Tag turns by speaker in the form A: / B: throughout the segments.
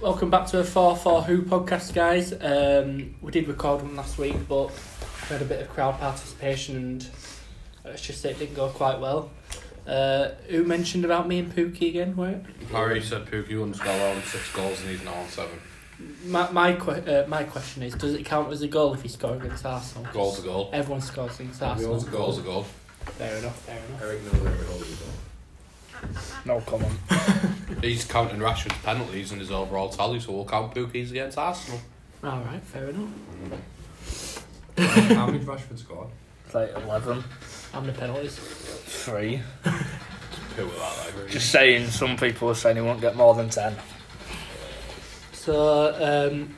A: Welcome back to a 4 4 Who podcast, guys. Um, we did record one last week, but we had a bit of crowd participation and uh, let's just say it didn't go quite well. Uh, who mentioned about me and Pookie again? Were it?
B: Harry said Pookie wouldn't score on six goals and he's now on seven.
A: My, my, que- uh, my question is does it count as a goal if you score against Arsenal?
B: Goal's a goal.
A: Everyone scores against Arsenal.
B: Goal's a goal. goal.
A: Fair enough, fair enough.
C: Eric knows every hole he's on.
A: No comment.
B: He's counting Rashford's penalties in his overall tally, so we'll count Pookie's against Arsenal.
A: Alright, fair enough.
C: How many Rashford scored?
D: It's like 11,
A: How many penalties?
D: 3.
B: Poo with that, like,
D: Just saying, some people are saying he won't get more than 10.
A: So um,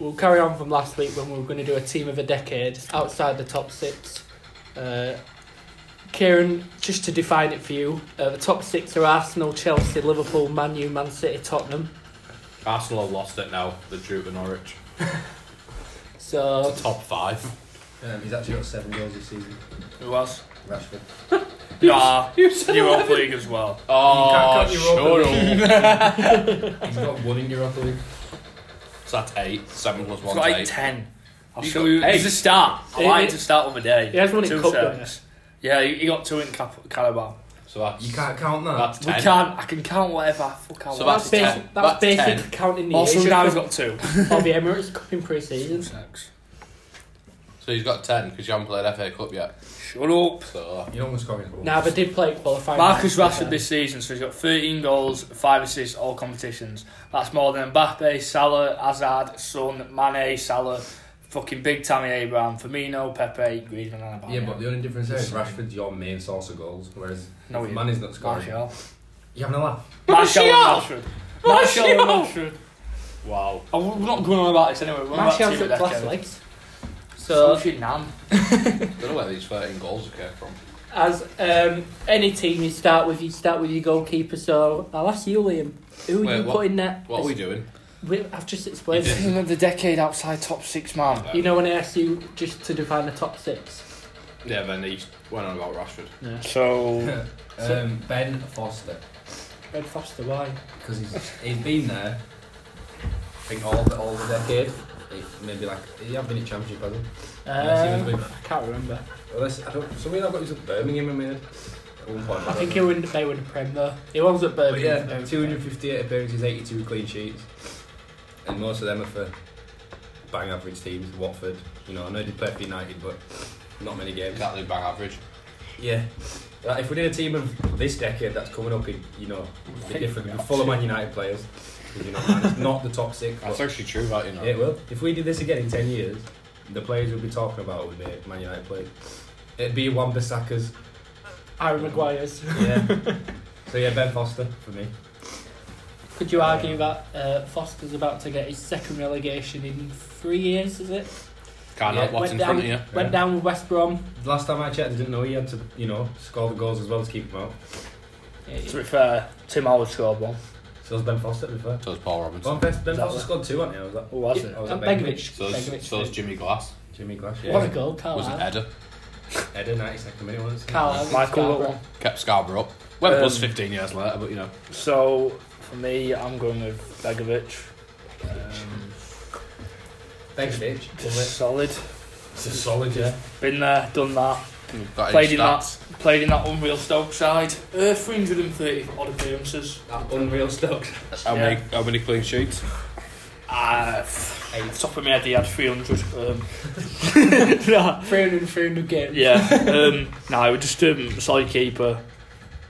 A: we'll carry on from last week when we were going to do a team of a decade outside the top six. Uh, Kieran, just to define it for you, uh, the top six are Arsenal, Chelsea, Liverpool, Man U, Man City, Tottenham.
B: Arsenal have lost it now. They're due to Norwich.
A: So
B: It's a top five.
C: Um, he's actually got seven goals this season.
D: Who else?
C: Rashford.
D: Nah,
A: you said
D: Europa League as well.
B: Oh,
C: can't
B: sure.
C: Europa
B: So
C: He's got one in Europa League.
B: that's eight. Seven plus
D: It's
B: one's
D: like
B: eight.
D: 10. I'll
B: You
D: show
B: got
D: you.
B: eight.
D: It's a start. I
A: It-
D: lied
A: it-
D: to start the other day.
A: he has one in
D: Two
A: cup,
D: sets. Yeah, he he got two in Cap- Carabao.
B: So that's,
C: You can't count that.
B: that's
D: We
B: ten.
D: can't, I can count whatever I fuck I
B: So
D: want.
A: That's,
B: That's ten.
A: basic, that's
B: That's
A: basic
B: ten.
A: counting the
D: Also,
A: Asia
D: now he's
A: Cup
D: got two.
A: or the Emirates Cup in pre-season.
B: So he's got ten because you haven't played FA Cup yet.
D: Shut up.
B: So
C: You know what's scoring goals.
A: Now, they did play qualifying.
D: Marcus
A: matches,
D: Rashford this season, so he's got 13 goals, 5 assists, all competitions. That's more than Mbappe, Salah, Hazard, Son, Mane, Salah, fucking big Tammy Abraham, Firmino, Pepe, Griezmann, and Aubameyang.
C: Yeah, but the only difference is Rashford's your main source of goals, whereas
D: No,
C: if
D: he-
C: Mane's not scoring.
D: Martial.
C: You having a laugh?
D: Martial and Rashford. Martial and
A: Martial!
D: Rashford.
B: wow.
D: Oh, we're not going on about this anyway. We're on about
A: Martial
D: team of
A: took
D: the
A: last
D: decade.
A: legs.
D: So,
A: So,
D: fucking Nam.
B: I don't know where these thirteen goals came from.
A: as um, any team you start with, you start with your goalkeeper. So I'll ask you, Liam, who are
B: Wait,
A: you
B: what-
A: putting there?
B: What are we doing?
A: we, I've just explained
B: You
A: it.
D: Team of the decade outside top six, man.
A: You know when I asked you just to define the top six?
B: Yeah, then he went on about Rashford.
D: So,
C: um, ben Foster.
A: Red Foster, why?
C: Because he's, he's been there, I think, all the, all the decade. He- Maybe like, he hasn't been in Championship, has he? Unless he
A: Um,
C: was
A: I can't remember.
C: with, unless, I don't, somebody that got his at Birmingham and made at one point.
A: I think he won the win the Prem though. He was at
C: But
A: Birmingham.
C: yeah,
A: though.
C: 258 appearances, 82 clean sheets, and most of them are for bang average teams. Watford, you know, I know they play for United, but not many games.
B: Exactly bang average.
C: Yeah, Like, if we did a team of this decade that's coming up, in, you know, it'd be different. It'd be full of Man United players, 'cause, you know, man, it's not the top six.
B: That's
C: but
B: actually true, that you know.
C: it will. If we did this again in 10 years, the players we'll be talking about would be Man United players. It'd be Wan Bissaka's.
A: Harry Maguire's.
C: Yeah. so yeah, Ben Foster for me.
A: Could you argue that uh, Foster's about to get his second relegation in three years? Is it?
B: Can't
C: Yeah,
B: help what's
A: went
B: in
A: down.
B: front of you.
A: Went down with West Brom.
C: Last time I checked, I didn't know he had to, you know, score the goals as well to keep him out.
D: to be fair, Tim Howard scored one.
C: So has Ben Foster, to be fair.
B: So does Paul Robinson.
C: Well, Ben, ben
D: that
C: Foster
D: right?
C: scored two, hadn't he? I was like,
D: Who was
A: Yeah.
D: it?
C: I was
A: And
C: like
A: Begovic.
B: So
A: Begovic
B: is, so is
A: too.
B: Jimmy Glass.
C: Jimmy Glass,
A: What a
C: yeah.
A: goal,
D: Oh,
A: Carl.
B: was an
A: Allen.
B: header.
C: Eder, 92nd minute, wasn't it?
A: Carl. Allen,
D: Michael
A: Scarborough.
D: got one.
B: Kept Scarborough up. Went plus
D: Um,
B: 15 years later, but you know.
D: So for me, I'm going with Begovic.
C: Um, Begovic.
D: Just
C: Love
D: solid.
C: it. It's a solid, yeah.
D: Been there, done that.
B: You've got
D: played
B: his
D: in
B: stats.
D: that. Played in that unreal Stoke side. Uh, 330 odd appearances.
C: That unreal stuff.
B: How,
D: Yeah.
B: many, how many clean sheets?
D: Uh,
C: Eight.
D: top of my head, he had 300. Um, nah,
A: 300, 300 games.
D: yeah. Um, no, just um, solid keeper.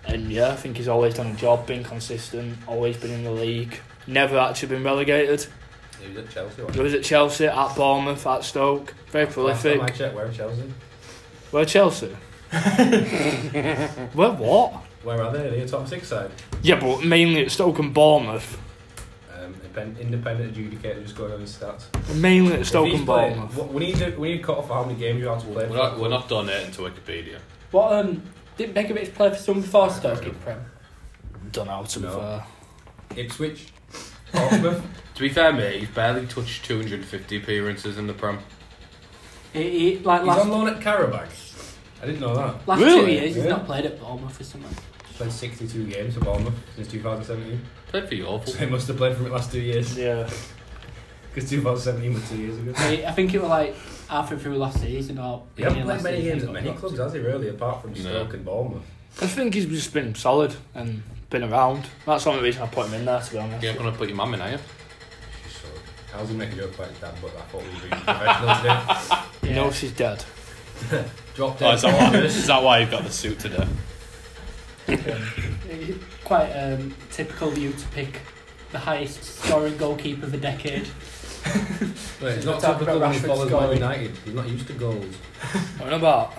D: And yeah, I think he's always done a job, been consistent, always been in the league. Never actually been relegated.
C: He was at Chelsea,
D: He
C: wasn't
D: was at Chelsea, at Bournemouth, at Stoke. Very
C: he? Last time I
D: prolific.
C: checked, where are Chelsea?
D: Where Chelsea? Where what?
C: Where are they? Are they a top six side?
D: Yeah, but mainly at Stoke and Bournemouth.
C: Um, independ- independent adjudicator just going on his stats.
D: Mainly at
C: If
D: Stoke
C: he's
D: and
C: playing-
D: Bournemouth.
C: what- we need to, we need to cut off how many games you have to play.
B: We're not, we're not donating to Wikipedia.
A: What um did Begovic play for someone before Stoke in Prem?
D: Don't know, to be
C: No.
D: fair.
C: Ipswich. Portsmouth.
B: To be fair, mate, he's barely touched 250 appearances in the Prem.
A: He, he like
C: He's on
A: last,
C: loan at Carabag. I didn't know that.
A: last two
D: Really?
A: years he's
C: Yeah.
A: not played at Bournemouth or something.
C: Played 62 games for Bournemouth since 2017.
B: Played for you awful.
C: So he must have played for the last two years.
D: Yeah.
C: Because 2017 was two years ago.
A: I, I think it was like halfway through last season or
C: He
A: beginning
C: hasn't
A: of
C: played
A: last
C: many
A: season
C: games
A: he
C: at
A: got
C: many
A: dropped.
C: clubs, has he really? Apart from
B: No.
C: Stoke and Bournemouth.
D: I think he's just been solid and been around. That's the only reason I put him in there, to be honest.
B: You're going to put your mum in, are you?
C: So, I was going to make a joke about his dad, but I thought we were being professional
D: You
C: today.
A: Yeah.
D: know she's dead.
C: Drop
B: Oh,
C: dead
B: is, that why,
C: corners.
B: is that why you've got the suit today?
A: Um, quite um, typical of you to pick the highest scoring goalkeeper of the decade.
C: Mate, it's not
A: Talk about
C: typical when he
A: Rashford
C: follows Man
A: scoring.
C: United. He's not used to goals.
D: I don't know about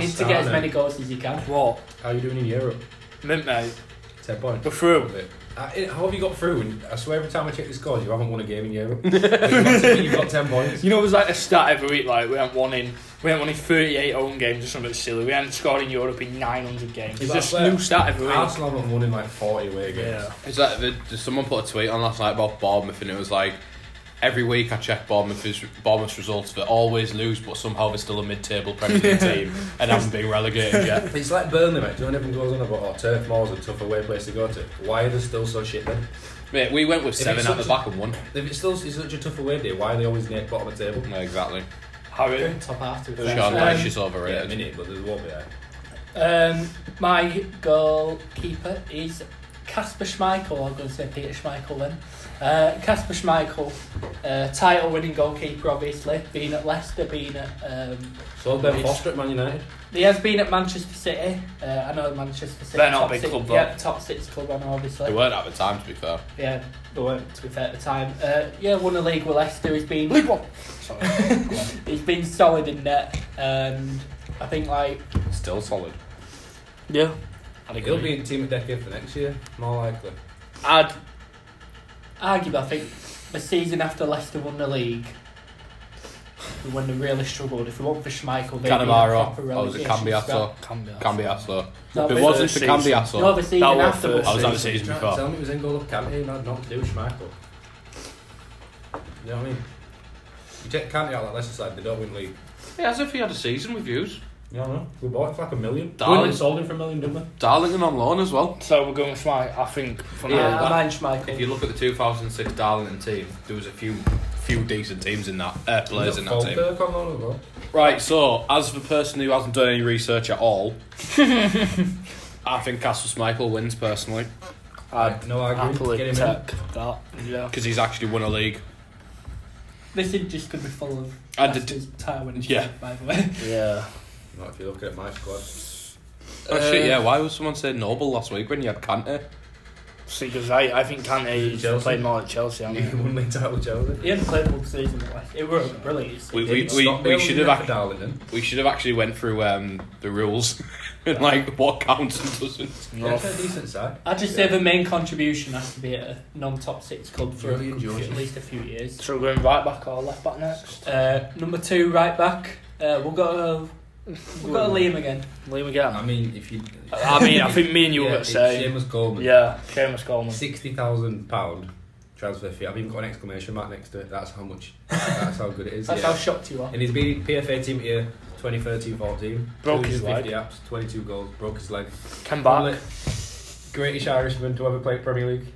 A: You need to get as many goals as you can.
D: what?
C: How are you doing in Europe?
D: Mint, mate.
C: 10 points.
D: We're through.
C: Uh, it- how have you got through? And I swear every time I check the scores, you haven't won a game in Europe. But you've, got, you've got 10 points.
D: You know, there's like a stat every week, like, we haven't won in. We haven't won in 38 home games or something silly. We haven't scored in Europe in 900 games.
C: Is
D: It's
C: that
D: just
C: fair?
D: new stat every week.
C: Arsenal haven't won in like 40 away games.
D: Yeah.
B: Is that the, did someone put a tweet on last night about Bournemouth and it was like every week I check Bournemouth's Bournemouth's results they always lose but somehow they're still a mid-table Premier League team and haven't been relegated yet.
C: It's like Burnley, mate. Do you know when everyone goes on about oh, turf moors are a tough away place to go to? Why are they still so shit then?
B: Mate, we went with
C: If
B: seven
C: it's
B: at the
C: such a-
B: back and won.
C: If it's still it's such a tough away day, why are they always near the bottom of the table?
B: No, exactly.
D: Harry.
A: Top half to be fair.
B: Sean Dyche
A: Um,
B: is
C: Yeah, a
B: overrated.
C: minute, but there's one there.
A: Um, my goalkeeper is Casper Schmeichel. I'm going to say Peter Schmeichel then. Uh, Casper Schmeichel, uh, title winning goalkeeper, obviously. Been at Leicester, been at. Um,
C: So Ben
A: It's-
C: Foster at Man United.
A: he has been at Manchester City. Uh, I know Manchester City.
D: They're not a
A: top
D: big
A: six,
D: club, though.
A: Yeah, top six club, I know, obviously.
B: They weren't at the time, to be fair.
A: Yeah, they weren't, to be fair, at the time. Uh, yeah, won a league with Leicester. He's been.
D: League one. Sorry. Go on.
A: He's been solid in net, and I think like
B: Still solid.
D: Yeah. I'd
C: He'll be in team of decade for next year, more likely.
D: I'd,
A: arguably I think the season after Leicester won the league, when they really struggled, if it wasn't for Schmeichel, they'd
B: Canavaro.
A: be in a proper
B: Oh, was it
A: relegation
B: Cambiasso?
A: scrap.
D: can be.
B: Cambiasso.
A: No,
B: If
A: but-
B: it wasn't for
D: Third season.
A: No,
B: Cambiasso,
A: the season
D: That was
A: afterwards.
D: first
B: I was on the season
C: Try-
B: before.
C: Tell me it was in goal of Kante and I had nothing to do with Schmeichel. You know what I mean? You take Kante out like Leicester side, they don't win league.
B: Yeah, as if he had a season with views.
C: You know what I mean? We bought him for like a million.
B: Darling.
C: We sold him for a million, didn't we?
B: Darlington on loan as well.
D: So we're going with my, I think, for
A: Yeah,
D: now.
A: I
B: that-
A: mind
B: If you
A: Schmeichel.
B: look at the 2006 Darlington team, there was a few few decent teams in that uh, players in that team.
C: Falkirk on loan as well.
B: Right, so as the person who hasn't done any research at all, I think Castle Schmeichel wins personally
D: I'd
C: no argument.
D: happily
C: Get
D: take
C: him in.
D: that. Yeah.
B: because he's actually won a league.
A: This is just going to be full of
B: I did-
A: Leicester's tie winning.
B: Yeah.
A: streak, by the way.
D: Yeah.
C: Not if you look at my squad.
B: Oh
D: Uh,
B: shit! Yeah, why was someone saying Noble last week when you had Kante?
D: See, because I, I think Kante
C: Chelsea.
D: played more at Chelsea. I
C: You
D: mean.
C: won league title, Chelsea.
A: He hadn't played one season at Leicester. It was brilliant.
B: We-
C: Didn't
B: we-
C: Stockdale
B: we
C: win
B: should have
C: that for
B: ac-
C: Darlington.
B: We should have actually went through um, the rules and like what counts and doesn't.
C: Yeah, it's a decent side.
A: I'd just say the main contribution has to be at a non-top six club for a
C: Julian
A: few-
C: Jordan.
A: at least a few years.
D: So we're going right back or left back next?
A: Uh, number two, right back. Uh, we'll go. We'll go to Liam again.
D: Liam again.
C: I mean, if you.
D: I mean, I think me and you were
C: yeah,
D: going to say.
C: Seamus Coleman.
D: Yeah, Seamus Coleman.
C: Sixty thousand pound transfer fee. I've even got an exclamation mark next to it. That's how much. That's how good it is.
A: That's
C: yeah.
A: how shocked you are.
C: and he's been PFA team here 2013-14.
D: Broke his leg.
C: 250 apps, 22 goals, broke his leg.
D: Come back.
C: Only Greatest Irishman to ever play Premier League.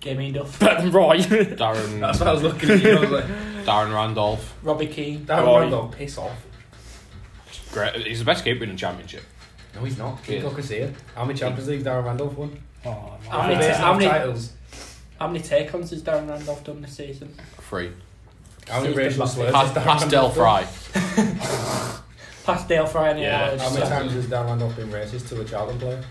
A: Game enough.
D: Better than Roy.
C: That's
B: Darren
C: what I was looking at. You. I was like,
B: Darren Randolph,
A: Robbie Keane.
C: Darren
D: Roy.
C: Randall, piss off.
B: great. He's the best keeper in the championship.
C: No, he's not.
B: He
C: King
B: is.
C: Cocker's here. How many Champions Leagues Darren Randolph won?
D: oh, man.
A: How many
C: How
A: ta- how many-
C: titles?
A: How many take-ons has Darren Randolph done this season?
B: Free.
C: How many
A: He's
C: racial
A: been
C: slurs?
B: Pas-
C: has Darren Randolph
B: Pastel
C: done?
B: Fry.
A: Past Dale Fry and
B: Yeah.
A: Elijah
C: How many
A: Sutton.
C: times has Darren Randolph been racist to a Charlton player?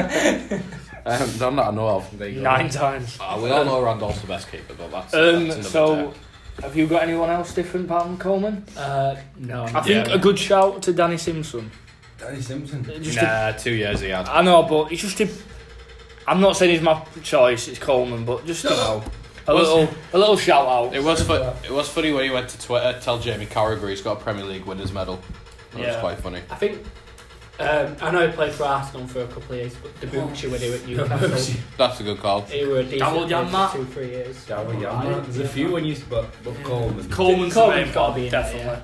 B: Um, none that I know of.
C: There you go.
D: Nine times.
B: Uh, we all know Randolph's the best keeper, but that's,
D: Um,
B: that's another
D: so,
B: take.
D: have you got anyone else different than Coleman?
A: Uh, no.
D: I think uh,
B: Yeah.
D: a good shout to Danny Simpson.
C: Danny Simpson.
D: Just a-
B: Nah, two years he had.
D: I know, but it's just a. I'm not saying he's my choice. It's Coleman, but just a, a
B: Was-
D: little, a little shout out.
B: It was fu- it was funny when he went to Twitter tell Jamie Carragher he's got a Premier League winners medal. That was
D: Yeah.
B: quite funny.
A: I think. Um, I know he played for Arsenal for a couple of years, but the Bucci when he were at Newcastle,
B: That's a good call.
A: he were a decent
D: Double
A: player
D: jam
A: for
D: that.
A: two, three years.
C: Darwin Yama. There's a few when you but but Coleman.
A: Coleman's
D: Coleman's
A: got to be in there,
D: definitely.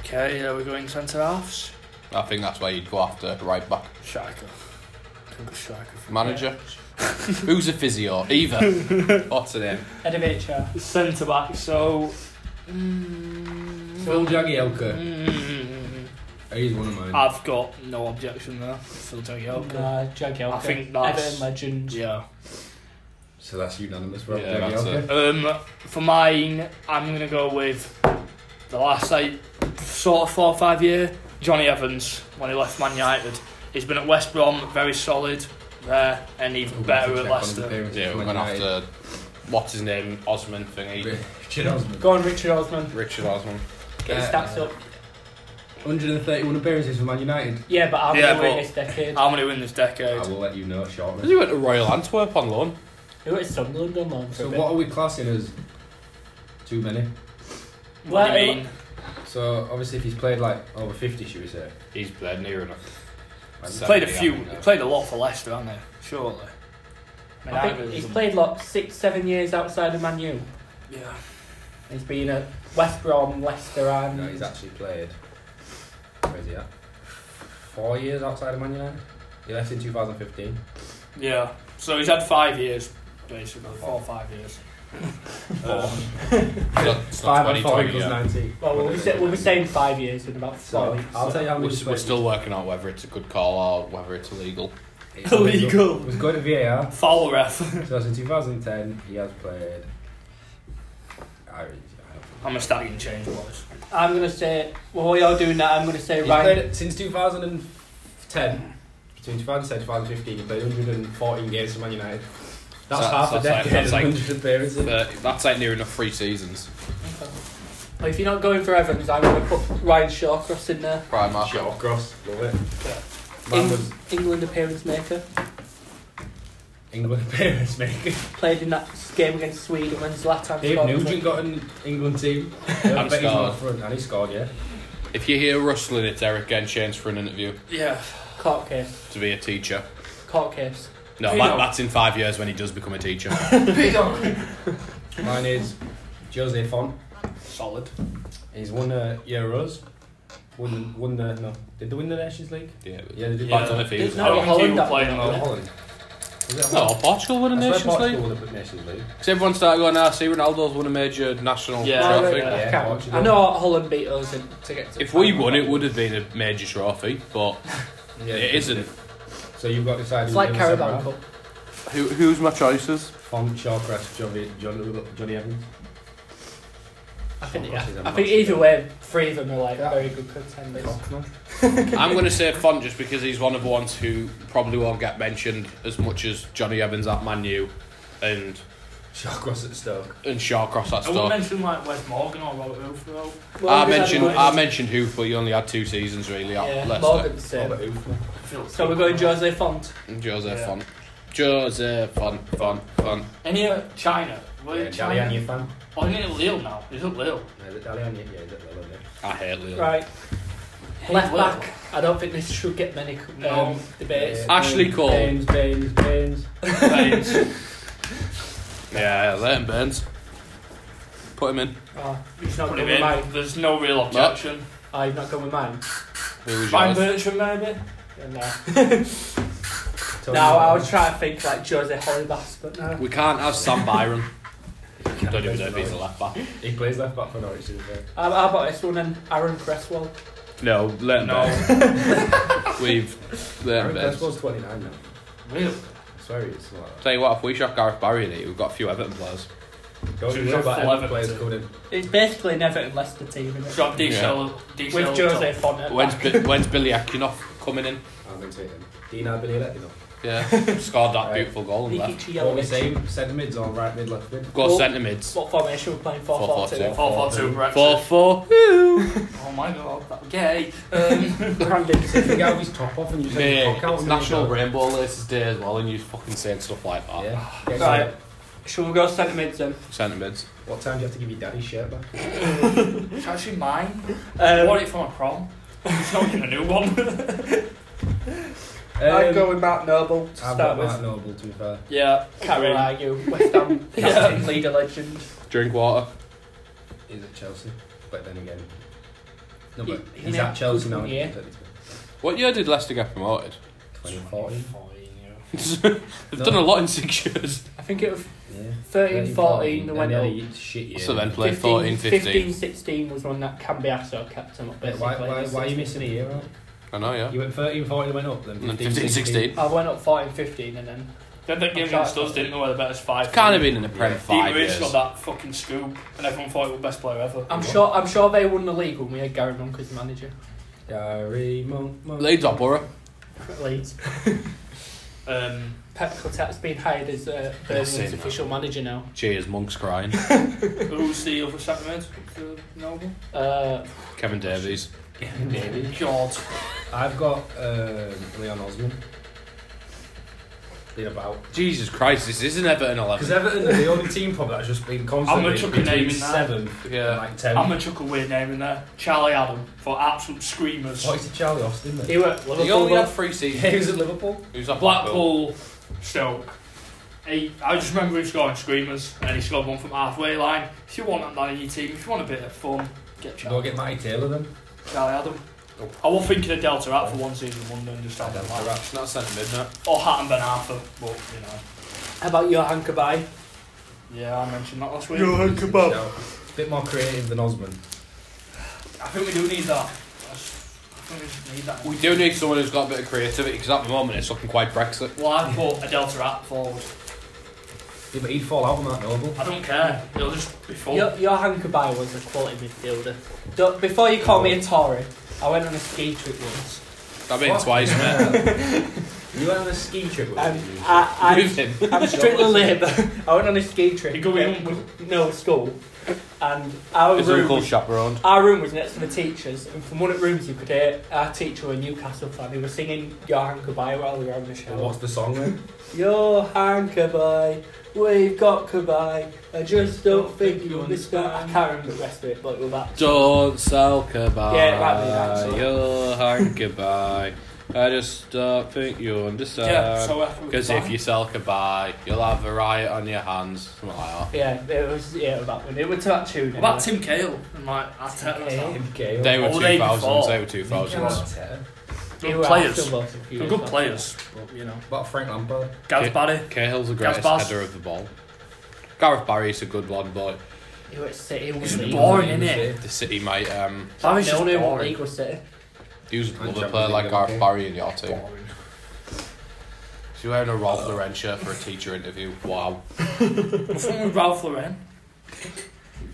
D: Okay, yeah, we're going centre halves.
B: I think that's why you'd go after right back
D: Striker. Think of Striker.
B: manager. Who's a physio? Either. What's the name?
A: Head of HR.
D: Centre back. So.
C: Phil Jagielka. Mm.
D: Mm,
C: He's one of mine.
D: I've got no objection there. Mm. Phil Jagielka.
A: Nah, Jagielka.
D: I think
A: uh,
D: that's-
A: Everton legend.
D: Yeah.
C: So that's unanimous, Rob
B: Yeah, that's
C: Jagielka.
D: Um, for mine, I'm gonna go with the last like sort of four or five year Johnny Evans when he left Man United. He's been at West Brom, very solid there, and even
C: We'll have to
D: better at
C: check on the
D: Leicester.
C: appearances
B: Yeah, we're
C: from
B: gonna have
C: United.
B: to. What's his name? Osman thingy.
C: Richard Osman.
A: Go on, Richard Osman.
B: Richard Osman.
A: Get his
C: Uh,
A: stats up.
C: 131 appearances for Man United.
A: Yeah, but I'm
D: yeah,
A: yeah, win
D: but-
A: this decade.
D: How many win this
C: I
D: decade?
C: will let you know shortly.
B: He went to Royal Antwerp on loan.
A: Who is Sunderland on loan for
C: So
A: a bit?
C: what are we classing as? Too many.
D: What do you
A: Well,
D: mean?
C: So obviously, if he's played like over 50, should we say?
B: He's played near enough.
C: Like,
B: So-
D: Played a
B: Yeah,
D: few.
B: I know.
D: Played a lot for Leicester, haven't they? Surely. I mean,
A: I think
D: Ivers
A: he's
D: was-
A: played like six, seven years outside of Man U.
D: Yeah.
A: He's been at West Brom, Leicester, and
C: No, he's actually played. Where is he at? Four years outside of Man United. He left in 2015.
D: Yeah. So he's had five years, basically, four or five years. Um,
B: It's not 2020
C: and equals
B: yet.
C: 90.
A: well, we'll be, sa- we'll be saying five years in about four
C: So
A: weeks.
C: I'll tell you how
B: We're,
C: much
B: s-
C: he's
B: we're
C: played.
B: still working out whether it's a good call or whether it's illegal.
C: It's
D: Illegal.
C: It was going to VAR.
D: Foul ref.
C: So that's in 2010. He has played. I, I don't
D: I'm a staggering change, boys.
A: I'm going to say, well, while you're doing that, I'm going to say
C: He's
A: Ryan.
C: played since 2010. Between 2010 and 2015, he played 114 games for Man United. That's
B: So
C: half a
B: that's like-
C: decade.
B: that's
C: of
B: like-
C: 100 appearances.
B: Uh, that's like near enough three seasons.
A: Well, if you're not going for Evans, I'm going to put Ryan Shawcross in there.
B: Prime
C: Shot
B: market.
C: off cross, love oh, it. Man
A: Eng-
C: was
A: England appearance maker.
C: England appearance maker.
A: Played in that game against Sweden when Zlatan
C: Dave
A: scored.
C: Nugent got an England team.
B: And
C: I bet he's
B: scored.
C: not front. And he scored, yeah.
B: If you hear rustling, it's Eric Genshans for an interview
D: Yeah.
A: Court case.
B: to be a teacher.
A: Court case.
B: No,
D: Hey,
B: that,
D: no.
B: that's in five years when he does become a teacher.
C: Mine is Jose Font.
D: Solid.
C: He's won the Euros. Won the, won the no. Did they win the Nations League?
B: yeah, but-
C: Yeah, they did. Oh,
B: I don't know if he
A: It's
B: was.
A: not
B: No,
D: Holland
A: Holland.
D: were
A: that
D: playing
A: one.
D: though.
C: Holland. Was it Holland?
B: no, Portugal won a
C: I swear
B: Nations
C: Portugal
B: League.
C: won the Nations League.
B: Because everyone started going, ah, see, Ronaldo's won a major national
D: Yeah.
A: No, no,
B: trophy.
A: no, I
C: Yeah,
A: can't.
C: Portugal.
A: I know Holland beat us in, to get to
B: If
A: the
B: we
A: final.
B: won, it would have been a major trophy, but
C: Yeah,
B: it isn't.
C: So you've got to decide.
A: It's
C: who
A: like
C: the other
A: Carabao
C: side
A: Cup.
B: Who, who's my choices?
C: are. Font, Shawcross, Johnny, Johnny, Johnny Evans.
A: I think,
C: Shawcross is a
A: I think
C: massive
A: either
C: guy.
A: way, three of them are like
C: Yeah.
A: very good contenders.
B: I'm going to say Font just because he's one of the ones who probably won't get mentioned as much as Johnny Evans at Man U and,
C: Shawcross at Stoke.
B: and Shawcross at
D: I would
B: Stoke.
D: mention like Wes Morgan or Robert Wilfredo.
A: Well,
B: I
A: we've had
B: mentioned
A: Morgan-
B: I mentioned who, but he only had two seasons really at
A: yeah,
B: Leicester.
A: Morgan's same.
C: Robert Hoof.
A: So we're going Jose Font.
B: Joseph
D: Yeah.
B: Font. Joseph Font, Font, Font.
D: Any uh, China? Where
C: Yeah,
D: China?
C: Daliani fan.
D: Oh, he's at Lille now. He's at Lille.
C: No, is it Daliani? Yeah, is it Daliani?
B: I hate Lille.
A: Right.
D: Hey,
A: Left
D: Lille.
A: back. I don't think this should get many um,
D: No.
A: debates.
C: Yeah.
B: Ashley Cole.
C: Baines, Baines, Baines.
D: Right.
B: Yeah, let him Burns. Put him in.
A: Oh, he's not
D: Put
A: going
D: him
A: with mine.
D: in. There's no real objection.
A: Oh, he's not going with mine. uh,
B: Who was
D: Brian
B: yours?
D: Bertram maybe.
A: Yeah, No.
C: Tony
A: No, I was
C: Martin.
A: trying to think like Jose Hollybass, but no.
B: We can't have Sam Byron. Don't even know if he's a
C: Norwich.
B: left back.
C: He plays left back for Norwich. Isn't he?
A: How how about this one and Aaron Cresswell?
B: No, let him
D: No.
B: We've let him
C: Aaron
B: Burns.
C: Cresswell's 29 now.
D: Really?
C: I swear he is smart.
B: Tell you what, if we shot Gareth Barry in it, we've got a few Everton players.
C: Go
D: So
C: to
D: he's
C: Joe
D: got
C: Barton,
D: eleven
C: players
D: too.
C: called him.
A: It's basically an Everton Leicester team, isn't it?
D: Drop D
B: Yeah.
D: Shell. D Shell
A: With Jose Font. at
B: When's,
A: back.
B: Bi- when's Billy Akinov coming in?
C: I haven't seen him. Dina Billy you know.
B: Yeah, scored that beautiful goal and
A: Nicky
B: left.
C: What we
A: Chielewicz.
C: saying? Centre mids or right mid, left mid?
B: Got
A: Well-
B: centre mids.
A: What formation we're playing? 4 4
B: 4-4-2.
A: 2.
D: 4 4 2
B: 4
D: Brexit.
B: 4.
D: Oh my god, that gay. Um,
A: Brandon
C: Take the
A: City.
C: guy with his top off and you say,
B: Mate,
C: fuck out.
B: it's National Rainbow Laces Day as well, and you fucking saying stuff like that.
C: Yeah. Get
A: Right.
C: some-
A: Shall we go centre mids then?
B: Centre mids.
C: What time do you have to give your daddy's shirt back?
D: it's actually mine. I
A: Um,
D: Bought it from a prom. It's not getting a new one.
A: I'd go with Mark Noble to
C: Um, I've
A: start
C: got
A: with.
C: Mark Noble, to be fair.
D: Yeah.
A: Can't really
D: Karen.
A: argue. West Ham captain, leader, legend.
B: Drink water.
C: He's at Chelsea. But then again. No,
A: He-
C: but
A: he
C: he's
A: made
C: at Chelsea
A: good
C: now.
A: money, yeah.
C: Technically.
B: What year did Leicester get promoted?
C: 2014.
B: They've
C: No.
B: done a lot in six years.
A: I think it was
C: Yeah.
A: 13, 14, they went
C: Then
A: up.
C: they had a shit year.
B: So then play
A: 15,
B: 14, 15.
A: 16 was when that Cambiasso kept them up,
C: Why,
A: basically.
C: why, why are you missing a year out?
B: I know, yeah.
C: You went 13, 14, went up, then
B: And
C: 15,
B: then 15, 16.
A: I went up 14, 15 and then...
D: Then that game against us didn't know where the best five.
B: Can't have been in the Prem
C: Yeah.
B: five
D: Deep Rich
B: years.
D: got that fucking scoop, and everyone thought he was best player ever.
A: I'm sure I'm sure they won the league when we had Gary Monk as manager
C: Gary Monk, Monk.
B: Leeds or Borough?
A: at Leeds.
D: Um,
A: Pep Clotet's been hired as uh, Burnley's
B: seen that.
A: official manager now.
B: Cheers, Monk's crying.
D: who's the other centre mid? for Noble.
A: Uh,
B: Kevin Davies.
C: Maybe.
D: God.
C: I've got um, Leon Osman. Been about.
B: Jesus Christ, this isn't Everton
C: Because
B: 11.
C: Everton are the only team pub that's just been constantly
D: chuck a
C: between
D: name in that.
C: seventh and
B: Yeah.
C: like ten.
D: I'm gonna chuck a weird name in there. Charlie Adam for absolute screamers.
C: What is it, Charlie Austin? Then?
A: he were at
B: He
A: Liverpool.
B: only had
A: though.
B: three
C: Yeah, he was
B: seasons.
C: at Liverpool.
B: He was at Blackpool.
D: Blackpool, Stoke. He, I just remember him scoring screamers, and he scored one from halfway line. If you want that in your team, if you want a bit of fun, get
C: Should go
D: Charlie,
C: get Matty Taylor then.
D: Charlie Adam. I was thinking of Delta out for one season in London, just have
C: Delta
D: that like.
B: It's not centre midnight.
D: Or Hatton Ben Arthur, but you know.
A: How about Johan Kabay?
D: Yeah, I mentioned that last week.
C: So, bit more creative than Osman.
D: I think we do need that. That's- I think we just need that.
B: We do need someone who's got a bit of creativity because at the moment it's looking quite Brexit.
D: Well, I put a Delta app forward.
C: Yeah, but he'd fall out on that noble.
D: I don't care. It'll just be fun.
A: Yo- Johan Kabay was a quality midfielder. Don't- Before you call me a Tory, I went on a ski trip once.
B: That means
C: What?
B: twice, mate.
C: You went on a ski trip with
A: Um,
C: him, didn't you?
A: I,
B: Move him.
A: I, I'm strictly labour. I went on a ski trip.
D: You go in with
A: No school, and our
B: His
A: room
B: uncle chaperoned.
A: Our room was next to the teachers, and from one of the rooms you could hear our teacher, a Newcastle fan, who was singing Johan Kabay while we were on the
C: Well,
A: show.
C: What's the song then?
A: Johan Kabay, we've got Kabay, I just don't think you understand. I can't remember the rest of it, but it was that.
B: Don't sell goodbye.
A: Yeah, it might be that, so-
B: You'll hang goodbye. I just don't think you understand.
D: yeah, so I think we
B: Because
D: can
B: if you sell goodbye, you'll have a riot on your hands. Something like
A: Yeah, it was, yeah, it was that one. It was to that tune.
D: What about
A: anyway.
D: Tim Cahill and like Arteta?
A: Cahill.
D: Tim
C: MK.
B: that. They were
D: Or they
B: 2000s,
D: before.
B: they were 2000s.
A: They
D: Good
A: were
D: players.
A: after us a few
D: They're
A: years
D: good
A: back.
D: players, but you know.
C: About Frank Lampard.
D: Gareth
B: Yeah.
D: Barry.
B: Cahill's the greatest
D: Bas.
B: header of the ball. Gareth Barry's a good one, but
A: He was City, was
D: It's
A: League.
D: boring, isn't it?
B: the City mate, um,
D: Barry's
A: No,
D: just
A: no, what
D: boring.
A: league was City?
B: he was
C: And
B: another
C: Champions
B: player
C: League
B: like Gareth
C: Liverpool.
B: Barry in your team.
D: Boring.
B: She's wearing a Ralph Lauren shirt for a teacher interview. Wow.
D: What's wrong with Ralph Lauren?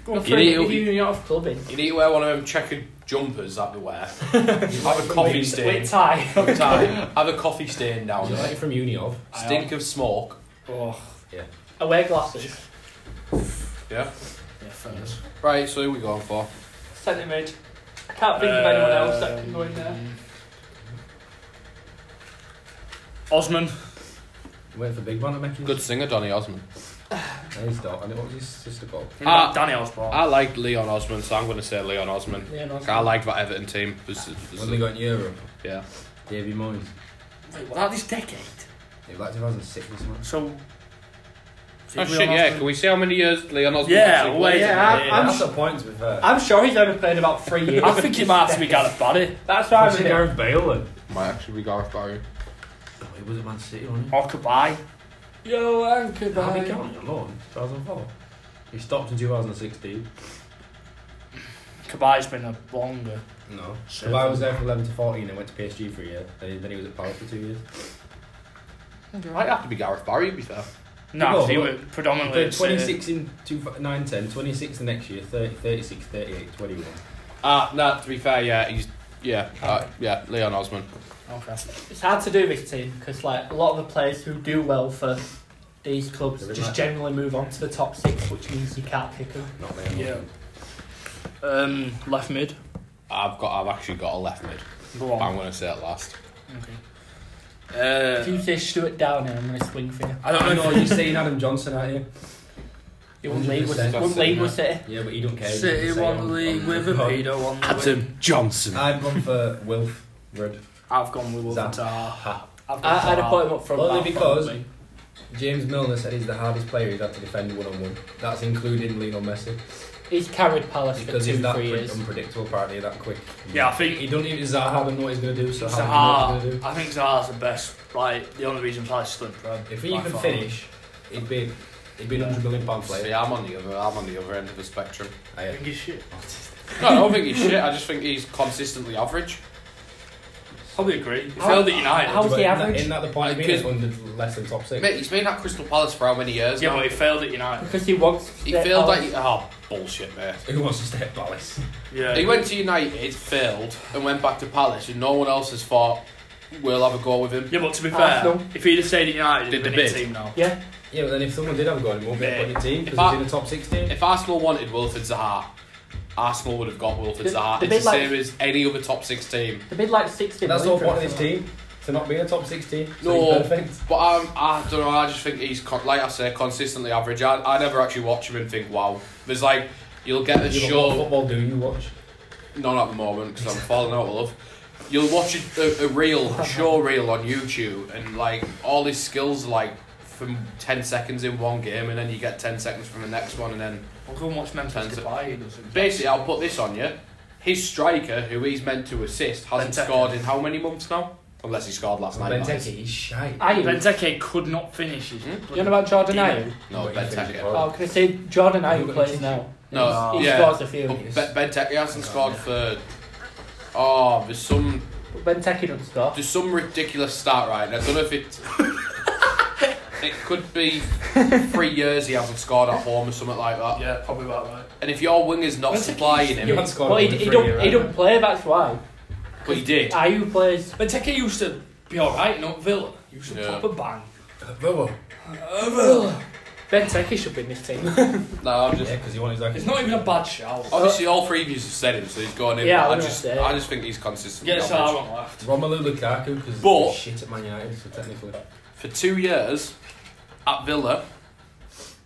D: Go on,
B: You need-
A: If you knew off clubbing.
B: You need to wear one of them checkered jumpers that we wear. have a coffee stain.
A: Wait, tie.
B: Time. Have a coffee stain
C: Was
B: down
C: it like
B: there.
C: from uni of?
B: Stink of smoke.
D: Oh,
A: I wear glasses.
B: Yeah.
D: yeah, fellas.
B: Right, so who we going for?
A: Centre mid. I can't think of anyone else that can go in there.
D: Osman.
C: Wait for Big Man to make his.
B: Good singer, Donny Osmond.
C: No, he's not. And what was his sister called?
B: Ah.
D: Danny Osborne.
B: I liked Leon Osmond, so I'm going to say Leon Osmond.
A: Yeah, no, it's
B: I
A: not.
B: liked that Everton team. This is- this
C: When they
B: is-
C: got in Europe,
B: yeah.
C: Davy Moyes.
D: Wait, what, out this decade?
C: It was like 2006 or something.
D: So.
B: Oh shit, yeah. Can we see how many years Leon Osmond
D: Yeah,
B: actually
D: wait.
B: played?
A: Yeah,
D: Yeah,
A: I'm,
C: That's the point uh, to be fair.
A: I'm sure he's only played about three years.
D: I think it might have to be Gareth Barry
A: That's why I'm in
C: Bale then?
B: Might actually be Gareth Barry.
C: No, he was at Man City, wasn't
D: or Kabay.
A: Yo, I'm good,
C: How did he get on your loan? 2004. He stopped in 2016.
D: Kabay's been a longer.
C: No.
D: Sure.
C: Well, I was there from 11 to 14 and went to PSG for a year. Then he- then he was at Palace for two years.
B: Might have to be Gareth Barry, to be fair.
D: No,
C: Well,
D: he
C: well,
D: was
A: Oh,
C: He
D: predominantly.
A: uh,
C: played
D: at City.
C: 26 in 2009-10, 26 the next year, 30, 36, 38, 21.
B: Ah, no, to be fair, yeah, he's. Yeah, uh, yeah, Leon Osmond.
D: Okay.
A: It's hard to do this team because like a lot of the players who do well for these clubs
C: They're in
A: just
C: that.
A: generally move on to the top six, which means you can't pick them.
C: Not Leon
D: Yeah.
C: Wilson.
D: Um, left mid.
B: I've got. I've actually got a left mid.
D: Go
B: but
D: on.
B: I'm going to say it last.
A: If
D: Okay.
B: Uh,
A: you say Stuart Downer, I'm gonna swing for you.
C: I don't know, you're saying Adam Johnson, aren't you?
A: You wouldn't leave with it.
C: 100%.
A: Wouldn't leave with it.
C: Yeah, but he don't
D: Uh,
C: care. he
D: City
C: doesn't say
D: won
C: on-
D: the league
C: on
D: with
C: the
D: a
C: pod.
D: pedo on the wing.
B: Adam Johnson.
C: I've gone for Wilf Rudd.
D: I've gone with Wolverton.
C: Zaha.
D: I've gone
A: I, I'd
D: for
A: have put him up front.
C: Only
A: back,
C: because
A: probably.
C: James Milner said he's the hardest player he's had to defend one on one. That's including Lionel Messi
A: He's carried Palace for
C: because
A: two,
C: he's that
A: three
C: quick,
A: years.
C: unpredictable. Apparently, that quick.
D: Yeah, I think
C: He don't even Zaha doesn't know what he's going to do. So how do you know what he's going to
D: Zaha, I think Zaha's the best. Like the only reason Palace slipped from.
C: do? If he
D: by
C: even
D: far.
C: finish, it'd be it'd be an hundred million pound
B: So,
C: player.
B: yeah, I'm on the other. I'm on the other end of the spectrum.
C: I,
D: I
C: uh,
D: think he's shit.
B: No, I don't think he's shit. I just think he's consistently average.
D: Probably agree. He
A: How-
D: failed at United.
A: how- How's the
C: but in that-
A: average?
C: In that the point of being
B: Because-
C: it's under less than top six.
B: Mate, he's been at Crystal Palace for how many years
D: yeah,
B: now?
D: but he failed at United.
A: Because he wants. to
B: He
A: stay at
B: failed
A: Palace.
B: at. Oh, bullshit, mate.
C: Who wants to stay at Palace?
D: Yeah,
B: He went to United, failed, and went back to Palace, and no one else has thought we'll have a go with him.
D: Yeah, but to be fair,
A: Arsenal.
D: if he'd have stayed at United, he'd
B: Did
D: been
B: the
D: in
B: bid.
D: team now.
A: Yeah,
C: Yeah, but then if someone did have a go at him, won't be
D: Yeah.
C: put in the team
B: If I-
C: because he's in the top sixteen.
B: If Arsenal wanted Wilfred Zaha, Arsenal would have got Wilfred
A: The-
B: Zaha.
A: the
B: It's the
A: big, like-
B: same as any other top six team.
A: they bid like 60
C: That's all
A: million
C: part of
A: for
C: this
A: him.
C: team to not be in the top sixteen. So
B: No.
C: he's perfect.
B: But um, I don't know. I just think he's con- like I say, consistently average. I, I never actually watch him and think, wow. There's like you'll get a
C: Yeah, but what
B: show.
C: football do you watch?
B: Not at the moment because I'm falling out of love. You'll watch a, a, a reel, a show reel on YouTube, and like all his skills, like from ten seconds in one game, and then you get ten seconds from the next one, and then
D: I'll go and watch Memphis
B: Depends-
D: Depay. or something.
B: basically, I'll put this on you. His striker, who he's meant to assist, hasn't
D: Benteke.
B: scored in how many months now? Unless he scored last night. that
C: Benteke,
B: is.
C: he's shy.
A: Ayew.
D: Benteke could not finish his.
B: Hmm?
D: bloody-
A: You know about Jordan
D: Yeah.
A: Ayew?
B: No,
C: Wait, he's
B: Benteke.
C: finished.
A: Oh, can I say Jordan Ayew
C: Who
A: plays
C: is-
A: now?
B: No,
A: he
B: yeah.
A: scores a few.
B: But
A: But,
B: Ben- Benteke hasn't scored third. Oh, there's some
A: Benteke doesn't score.
B: there's some ridiculous start right. and I don't know if it it could be three years he hasn't scored at home or something like that.
D: Yeah, probably about right.
B: And if your winger's not
D: Benteke's-
B: supplying him,
C: You haven't scored
A: Well, he,
C: one
A: he
C: for a
A: don't
C: year,
A: he
C: have
A: don't
C: you?
A: play. That's why.
B: but he did.
A: Ayew plays.
D: Benteke used to be alright in Villa. He used to
B: Yeah.
D: pop a bang.
C: Well,
A: Benteke should be in this team.
B: No, I'm
C: yeah,
B: just
C: because you want exactly.
D: It's not even a bad shout.
B: obviously all three of you have said him, so he's gone in.
A: Yeah, I
B: but I
A: was
B: just
A: gonna say.
B: I just think he's consistent.
D: Get Salah on left.
C: Romelu Lukaku because
B: But-
C: he's shit at Man United, so technically.
B: for two years at Villa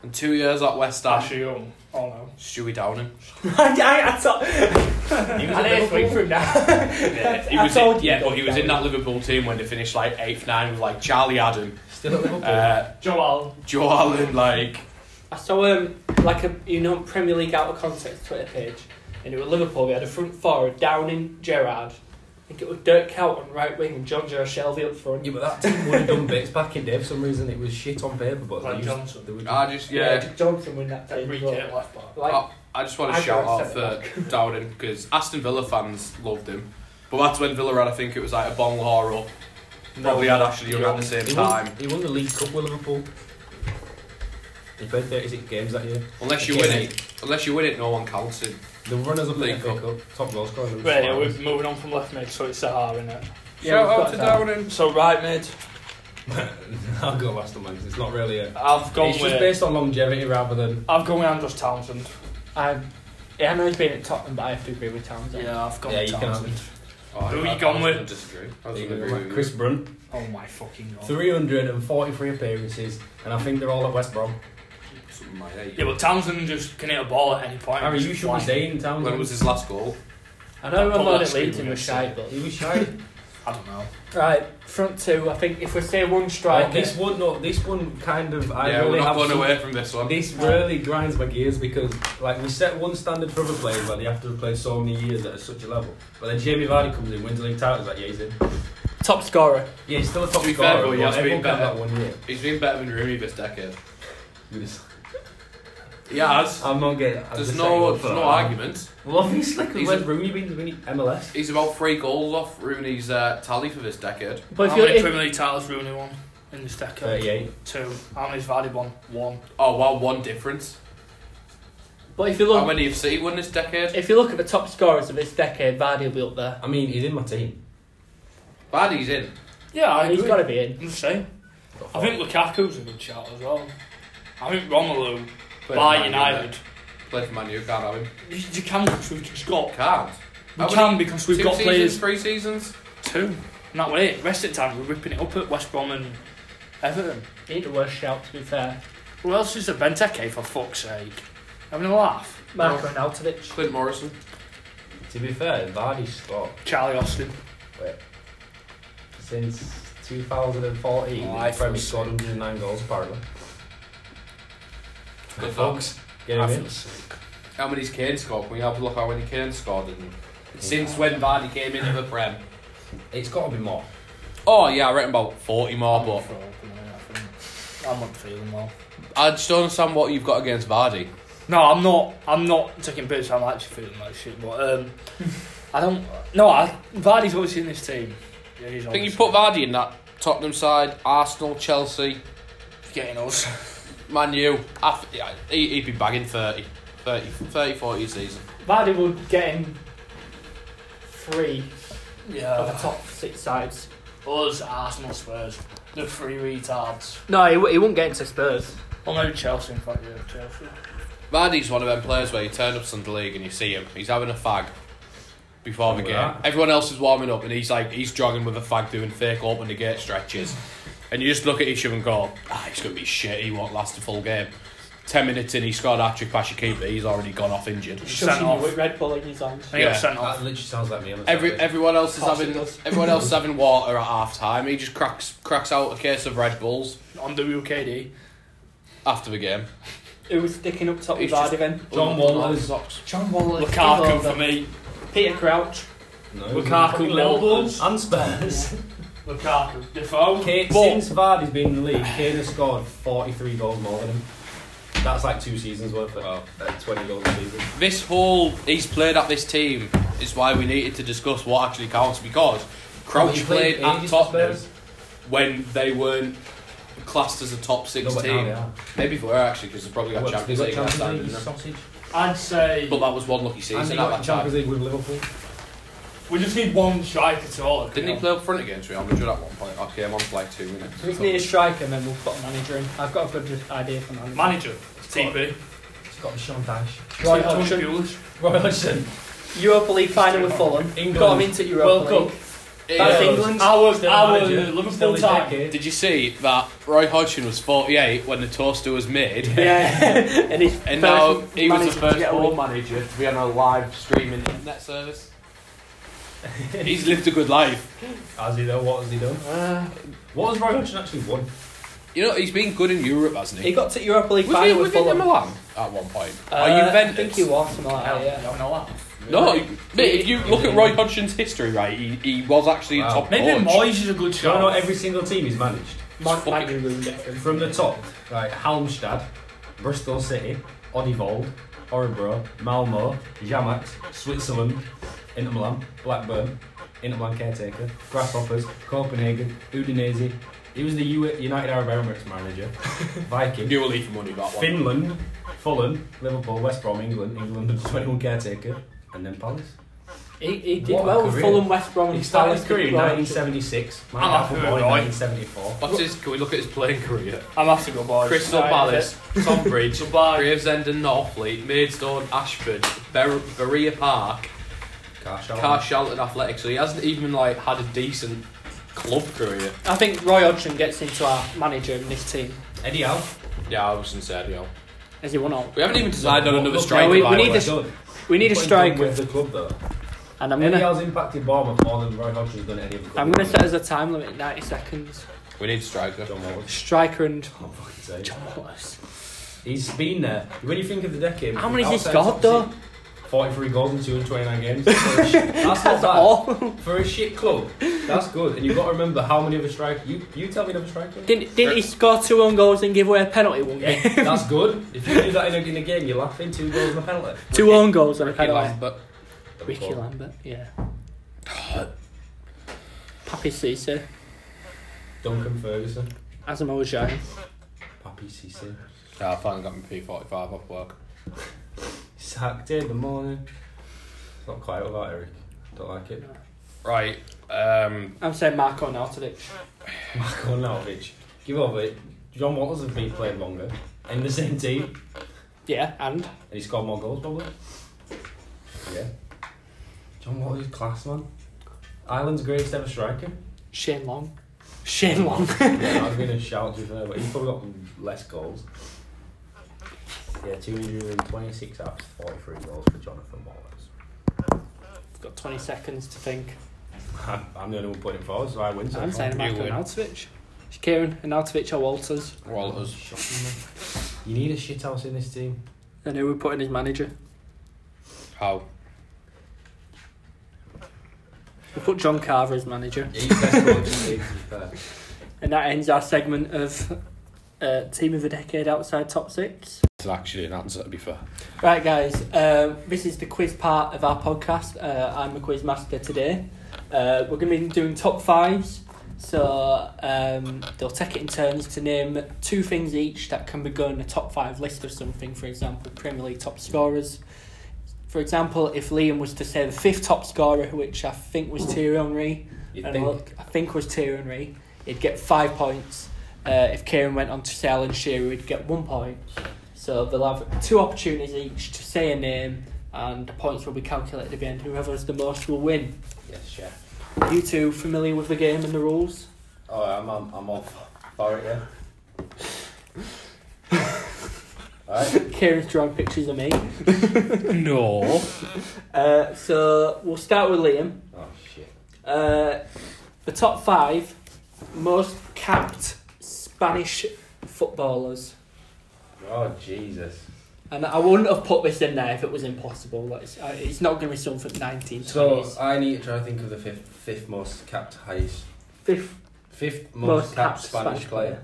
B: and two years at West Ham.
D: Ashley Young. Oh no.
B: Stewie Downing.
A: I, I, I, thought-
C: He
A: I didn't think through now.
B: Yeah, he
A: I
B: was
A: told
B: in,
A: you
B: yeah,
A: that.
B: but he was in that Liverpool team when they finished like eighth, nine with like Charlie Adam,
C: Still at Liverpool.
B: uh,
D: Joel.
B: Joe Allen, like
A: I saw um like a you know Premier League out of context Twitter page, and it was Liverpool. We had a front four of Downing, Gerrard. I think it was Dirk Cout on right wing and John Joe Shelby up front.
C: yeah, but that team would have done bits back in day. For some reason, it was shit on paper, but
D: Like
C: they used,
D: Johnson.
C: They would,
B: I just yeah,
A: Johnson win that team. as
D: Enrique
A: well.
D: at left back.
A: Like
B: I, I just want
A: I
B: to shout
A: can't
B: out for
A: accept
B: Downing because Aston Villa fans loved him, but that's when Villa had I think it was like a Bon Lahore probably had Ashley Young at the same
C: he
B: time.
C: Won, he won the League Cup with Liverpool. He played 36 games that year.
B: Unless you
C: Okay.
B: win it, unless you win it, no one counts him.
C: The runners up in the
B: League
C: FA
B: Cup.
C: Cup, top goal scorer. in the
D: Right, yeah,
C: finals.
D: we're moving on from left mid, so it's Sahar in it.
A: Yeah,
B: shout
A: we've
B: out
A: got
B: to
A: that.
B: Downing.
D: So right mid,
C: I'll go Aston Villa. 'cause It's not really a.
D: I've gone
C: It's just
D: with
C: based on longevity rather than.
D: I've gone with Andros Townsend.
A: I, yeah, I know he's been at Tottenham, but I have to agree with Townsend.
D: Yeah, I've gone
C: Yeah,
D: with
C: you can have
D: Townsend.
B: Oh,
D: Who
B: I-
D: you
B: I
D: gone
B: was
D: with?
B: gonna Disagree. I was
C: Like
B: gonna agree with
C: Chris Brunt.
D: Oh my fucking god.
C: 343 appearances, and I think they're all at West Brom.
B: you. Something like that.
D: Yeah, but Townsend just can hit a ball at any point.
C: Harry, you
D: Just
C: should be
D: like-
C: staying in town.
B: When was his last goal?
A: I know
D: That
A: I'm not
D: Pollard
A: at Leeds
D: screen
A: in the
D: was
A: shy, but
C: He was shy.
D: I don't know.
A: right front two. I think if we say one
C: Well,
D: Oh,
A: striker,
C: this one, no, this one kind of. I
B: yeah,
C: really
B: we're not
C: have
B: going
C: some-
B: away from this one.
C: This really grinds my gears because, like, we set one standard for other players, like they have to play so many years at such a level. But then Jamie Vardy comes in, wins the league title, it's like, yeah, he's in.
A: top scorer.
C: Yeah, he's still a top
B: To be
C: scorer.
B: fair, though, he
C: but
B: has been
C: everyone can have
B: better.
C: that one year.
B: He's been better than Rooney this decade.
C: You just-
B: He has.
C: I'm not getting. I'm
B: There's
C: just
B: no,
C: saying,
B: there's no
C: but-
B: argument.
C: Well, obviously, because
B: He's
C: where's
B: a-
C: Rooney been to win MLS?
B: He's about three goals off Rooney's uh, tally for this decade.
A: But if
D: How
A: you're
D: many
A: if,
D: Premier League titles Rooney won in this decade?
C: 38.
D: Two. How many's Vardy won? One.
B: Oh wow, one difference.
A: but if you
B: How
A: look
B: many have City won this decade?
A: if you look at the top scorers of this decade, Vardy will be up there.
C: I mean, he's in my team.
B: Vardy's in.
D: Yeah, I
A: He's
D: agree.
A: got to be in.
D: I'm just saying. I think Lukaku's a good shout as well. I think Romelu by United.
B: Play for Man U, can't have him.
D: You, you can because we've just got.
B: Can't.
D: We
B: How
D: can
B: many-
D: because we've
B: two
D: got
B: seasons,
D: players.
B: Three seasons.
D: Two. And that way, rest of the time we're ripping it up at West Brom and Everton.
A: He ain't the worst shout to be fair.
D: Who else is a Benteke for fuck's sake? Having a laugh.
A: Marko Arnautovic.
B: Clint Morrison.
C: To be fair, Vardy's stopped
D: Charlie Austin.
C: since 2014.
D: Oh,
C: I
D: I feel
C: Premier
D: sick.
C: scored 109 goals apparently.
B: Good folks.
C: Get him in.
D: sick.
B: How many's Kane scored? Can we have a look how many Kane scored? And since when Vardy came into the Prem?
C: It's got to be more.
B: Oh yeah, I reckon about forty more,
D: I'm,
B: but
D: not feeling it, I think. I'm not feeling well.
B: I just don't understand what you've got against Vardy.
D: No, I'm not. I'm not taking piss. I'm actually feeling like shit. But um, I don't. No, I, Vardy's obviously in this team. Yeah, he's
B: I think you
D: obviously
B: put Vardy in that Tottenham side, Arsenal, Chelsea,
D: getting us.
B: Man U. I th- yeah, he- He'd be bagging 30, 30, 30 40 a season.
A: Vardy would get in three of the
D: Yeah,
A: top six sides.
D: us Arsenal, Spurs, the three retards.
A: No, he, w- he wouldn't get into Spurs.
D: Well, no, Chelsea. In fact, yeah, Chelsea.
B: Vardy's one of them players where you turn up to the league and you see him. He's having a fag before the
C: Oh,
B: game.
C: yeah.
B: Everyone else is warming up and he's like he's jogging with a fag doing fake open the gate stretches. And you just look at each other and go, ah, he's gonna be shit. He won't last a full game. Ten minutes in, he scored a trick past your keeper. He's already gone off injured.
A: Shushing
D: off.
A: you with Red Bull in his hand.
D: I think
B: Yeah.
D: I was sent
C: That
D: off.
C: literally sounds like me. on a
B: Every
C: Saturday.
B: everyone else is
A: Of course
B: having
A: it does.
B: everyone else is having water at half time. He just cracks cracks out a case of Red Bulls
D: on the WKD.
B: after the game.
A: Who was sticking up top
B: He's
A: with
B: just-
A: Vardy then?
C: John Wallers.
A: John Waller.
D: Lukaku for me.
A: Peter Crouch.
C: No,
D: Lukaku, Melbourne.
C: and Spurs.
D: Lukaku. Defoe.
C: Kane,
D: But-
C: since Vardy's been in the league, Kane has scored 43 goals more than him. That's like two seasons worth of uh, 20 goals a season.
B: This whole he's played at this team is why we needed to discuss what actually counts because Crouch
C: He
B: played, at
C: ages for
B: Tottenham
C: Spurs.
B: when they weren't classed as a top six
C: No, but now
B: team.
C: they are.
B: Maybe they were actually because they probably got
C: What,
B: Champions
C: they
B: League
C: got
B: last time,
C: Champions League
B: didn't they?
C: sausage.
D: I'd say
B: But that was one lucky
C: And they
B: season at
C: got
B: that time.
C: Champions League with Liverpool.
D: we just need one striker to all.
B: Didn't he play up front against Real Madrid at one point? I came on for like two minutes.
A: So we need a striker and then we'll put a manager in. I've got a good idea for manager.
D: Manager. TP.
C: It's got Sean Dash.
A: Roy
D: Tony
A: Hodgson.
D: Pulis.
C: Roy Hodgson.
A: uh, Europa League final with Fulham.
C: England.
A: Got him into Europa
C: World
A: League.
B: Yeah.
A: That's England.
D: Our,
C: Still
D: our
C: manager. Still
D: Liverpool
C: the
D: time.
C: decade.
B: Did you see that Roy Hodgson was 48 when the toaster was made?
A: Yeah. and he's first
B: And now he
A: manager
B: was the
A: to
B: first
A: get a
B: ball
A: win.
B: manager to be on a live streaming internet service. He's lived a good life.
C: Has he though? What has he done?
A: Uh,
C: What has Roy Hodgson actually won?
B: You know, he's been good in Europe, hasn't
A: he
B: he?
A: got to Europa League
B: Was he,
A: final
B: was
A: with
B: he in
A: Fulham.
B: Milan at one point? Or
A: Uh, I
B: Juventus?
A: think he was something like that, yeah.
D: don't know that.
B: No, mate, if you look at Roy Hodgson's history, right, he, he was actually a
C: Wow.
B: top
D: Maybe
B: coach.
D: Moyes is a good
C: Do you
D: shot.
C: know every single team he's managed?
A: Man-
B: fucking-
A: Maggie ruined it for him.
C: From the top, right, Halmstad, Bristol City, Odivold, Orebro, Malmo, Jamax, Switzerland, Inter Milan, Blackburn, Inter Milan caretaker, Grasshoppers, Copenhagen, Udinese. He was the U- United Arab Emirates manager, Viking,
B: New League for money, that one.
C: Finland, Fulham, Liverpool, West Brom, England, England under 21 caretaker, and then Palace.
A: He, he did
C: What a
A: well with
C: career.
A: Fulham, West Brom.
C: He
A: and
C: started his
A: Palace,
C: career in Ah,
A: Roy
C: 1976, Mike
D: I'm happy with
C: Applebaum in
D: Roy.
C: 1974.
B: What's his, can we look at his playing career?
D: I'm after go boys.
B: Crystal
D: Right,
B: Palace, Tonbridge,
D: Goodbye.
B: Gravesend and Northley, Maidstone, Ashford, Ber- Berea Park,
C: Carshalton.
B: Car Shelton Athletic, so he hasn't even like had a decent club career.
A: I think Roy Hodgson gets into our manager in this team.
C: Eddie Howe.
B: Yeah, I was in Sergio.
A: As he won all.
B: We haven't even decided on
C: Look,
B: another
C: look,
B: striker.
A: no, we- we
B: by the
A: need
B: way.
A: to- We need a
C: What he's done
A: striker,
C: with the club though.
A: and I'm
C: Eddie
A: gonna
C: Howe's impacted Bournemouth more than Roy Hodgson's done at any other club.
A: I'm gonna set as a time limit 90 seconds.
B: We need a striker.
C: John Wallace.
A: Striker and
C: I'll fucking say it.
A: Wallace.
C: He's been there. When you think of the decade,
A: How many has he
C: outside
A: scored though?
C: top six, Forty-three goals in two hundred twenty-nine games. For a shit- that's not
A: That's
C: bad.
A: all.
C: For a shit club, that's good. And you've got to remember how many other strikers. You you tell me another striker.
A: Didn't, didn't he score two own goals and give away a penalty one game?
C: Yeah, that's good. If you do that in a, in a game, you're laughing. Two goals and a penalty.
A: Two own goals and a
B: Ricky
A: penalty.
B: Lambert.
A: Ricky Lambert, yeah. Papi Cisse,
C: Duncan Ferguson.
A: Asamoah Gyan.
C: Papi Cissé.
B: Yeah, I finally got my P45 off work.
C: Sacked in the morning. Not quite without Eric. Don't like it.
B: Right. Um,
A: I'm saying Marco Nautovic.
C: Marko Nalvic. Give over it. John Watters has been playing longer in the same team, and
A: Yeah, and
C: he scored more goals probably. Yeah. John Watters is class man. Ireland's greatest ever striker.
A: Shane Long. Shane Long.
C: yeah, I'm gonna shout to be fair, but he's probably got less goals. Yeah, 226 apps, 43 goals for Jonathan Wallace.
A: Got 20 seconds to think.
C: I'm, I'm the only one putting it forward, so I win. So
A: I'm
C: far.
A: saying
B: You
A: Marko
B: win.
A: Arnautovic. Is Kieran Arnautovic or Walters?
B: Walters.
C: You need a shit house in this team.
A: And who we're putting as manager?
B: How?
A: We'll put John Carver as manager.
C: Yeah, he's best coach in the league, to be fair.
A: And that ends our segment of uh, Team of the Decade outside top six.
B: It's actually an answer, to be fair.
A: Right, guys, um, this is the quiz part of our podcast. Uh, I'm the quiz master today. Uh, we're going to be doing top fives. So um, they'll take it in turns to name two things each that can be going in a top five list of something. For example, Premier League top scorers. For example, if Liam was to say the fifth top scorer, which I think was Thierry Henry,
C: You
A: and
C: think?
A: I think was Thierry Henry, he'd get five points. Uh, if Kieran went on to say Alan Shearer, he'd get one point. So they'll have two opportunities each to say a name, and the points will be calculated at the end. Whoever has the most will win.
C: Yes, chef.
A: You two familiar with the game and the rules?
C: Oh, I'm, I'm, I'm off for it, yeah. Alright,
A: Kieran's drawing pictures of me.
D: No.
A: Uh, so we'll start with Liam.
C: oh shit.
A: Uh, the top five most capped Spanish footballers.
C: Oh Jesus.
A: And I wouldn't have put this in there if it was impossible. Like, It's, uh, it's not going to be something 1920s.
C: So uh, I need to try to think of the fifth, fifth most capped highest,
A: Fifth
C: fifth most,
A: most,
C: capped,
A: capped
C: Spanish, player.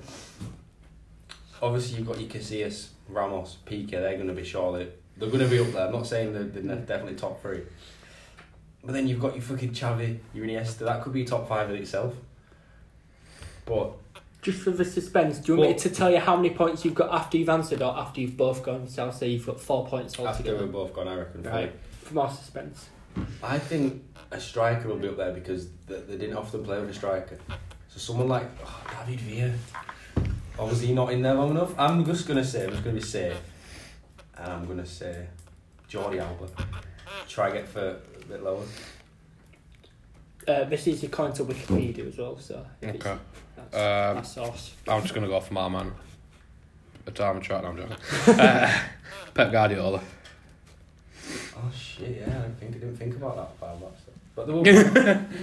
C: Obviously, you've got your Casillas, Ramos, Pique. They're going to be surely they're going to be up there. I'm not saying they're, they're
A: Mm.
C: definitely top three, but then you've got your fucking Xavi, your Iniesta. That could be top five in itself. But
A: Just for the suspense, do you want
C: Well-
A: me to tell you how many points you've got after you've answered or after you've both gone? So I'll say you've got four points
C: after we're
A: altogether.
C: both gone, I reckon.
A: Right. For more suspense.
C: I think a striker will be up there because they, they didn't often play with a striker. So someone like oh, David Villa, obviously not in there long enough. I'm just gonna say, I'm just gonna be safe, and I'm gonna say Jordi Alba. Try get for a bit lower.
A: Uh, this is according to Wikipedia as well, so if it's-
B: Okay.
A: that's
C: Uh,
A: my
B: Um,
A: source.
B: I'm just going to go for my man. A time and chat, no, I'm joking. uh, Pep Guardiola.
C: Oh shit! Yeah, I think I didn't think about that far back. so- But they were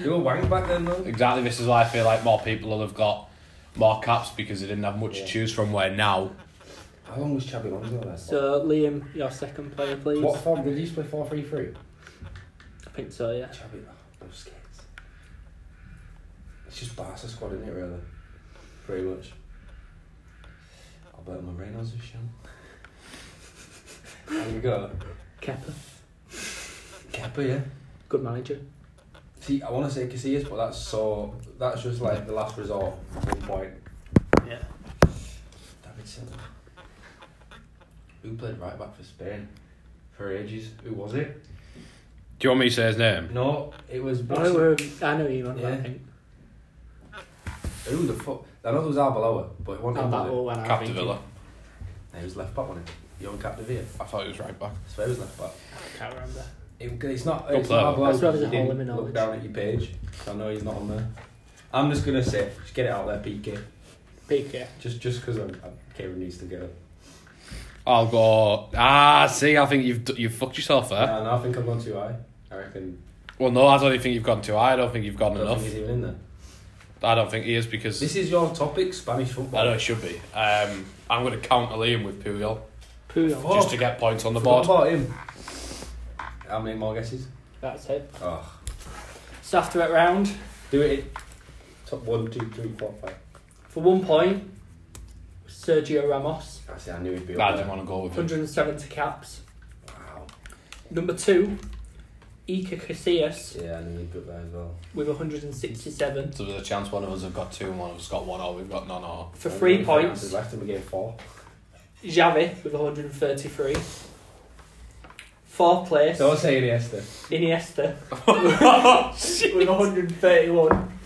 C: they were wank back then though.
B: Exactly, this is why I feel like more people will have got more caps because they didn't have much
C: Yeah.
B: to choose from. Where now,
C: How long was Chabi Alonso there?
A: So, Liam, your second player, please.
C: what form did he used to play four three three?
A: I think so, yeah.
C: Chubby, oh, Busquets. It's just Barca squad, isn't it, really? Pretty much. Alberto Moreno's a sham. There we go.
A: Kepa,
C: Kepa, yeah.
A: good manager.
C: See, I want to say Casillas, but that's so. That's just like the last resort. at One point.
A: Yeah.
C: David Silva. Who played right back for Spain? For ages. Who was it?
B: do you want me to say his name?
C: No, it was.
A: I know, we're- I know you, man, I
C: um, Yeah.
A: think.
C: Who the fuck? I know it was Arbeloa, but it wasn't.
A: And
C: him,
A: that
C: was it?
A: all went out,
B: Cap
A: thank
B: de
A: you.
B: Villa.
C: No, he was left back, wasn't he? Young Capdeville.
B: I thought he was right back.
C: I swear he was left back.
A: Can't remember.
C: It, it's not.
B: Good
C: it's
B: player.
C: not well,
A: That's why there's a
C: you
A: hole
C: didn't
A: in my knowledge.
C: Look down at your page. So I know he's not on there. I'm just gonna say, just get it out there, PK.
A: PK.
C: Just, just because I'm, I'm Kieran needs to go.
B: I'll go. Ah, see, I think you've d- you've fucked yourself there.
C: No, no, I think I'm gone too high. I reckon.
B: Well, no, I don't even think you've gone too high. I don't think you've
C: I
B: gone
C: don't
B: enough.
C: think he's even in there.
B: I don't think he is because
C: This is your topic, Spanish football.
B: I know it should be. Um, I'm going to counter Liam with Puyol
A: Puyol.
C: Fuck.
B: just to get points on the
C: Forgot
B: board.
C: about him. How many more guesses?
A: That's it.
C: Oh,
A: So, after that round,
C: do it. in- Top one, two, three, four, five.
A: for one point, Sergio Ramos,
C: I see. I knew he'd be.
B: I
C: Up
B: didn't
C: there.
B: want to go with him.
A: 170 caps.
C: Wow.
A: Number two, Iker Casillas
C: Yeah, I knew he'd be up there as well.
A: with 167.
B: So there's a chance one of us have got two and one of us got one, or we've got none, or
A: For three points,
C: Left him again four.
A: Xavi with 133. Fourth place,
C: Don't say Iniesta.
A: Iniesta with 131.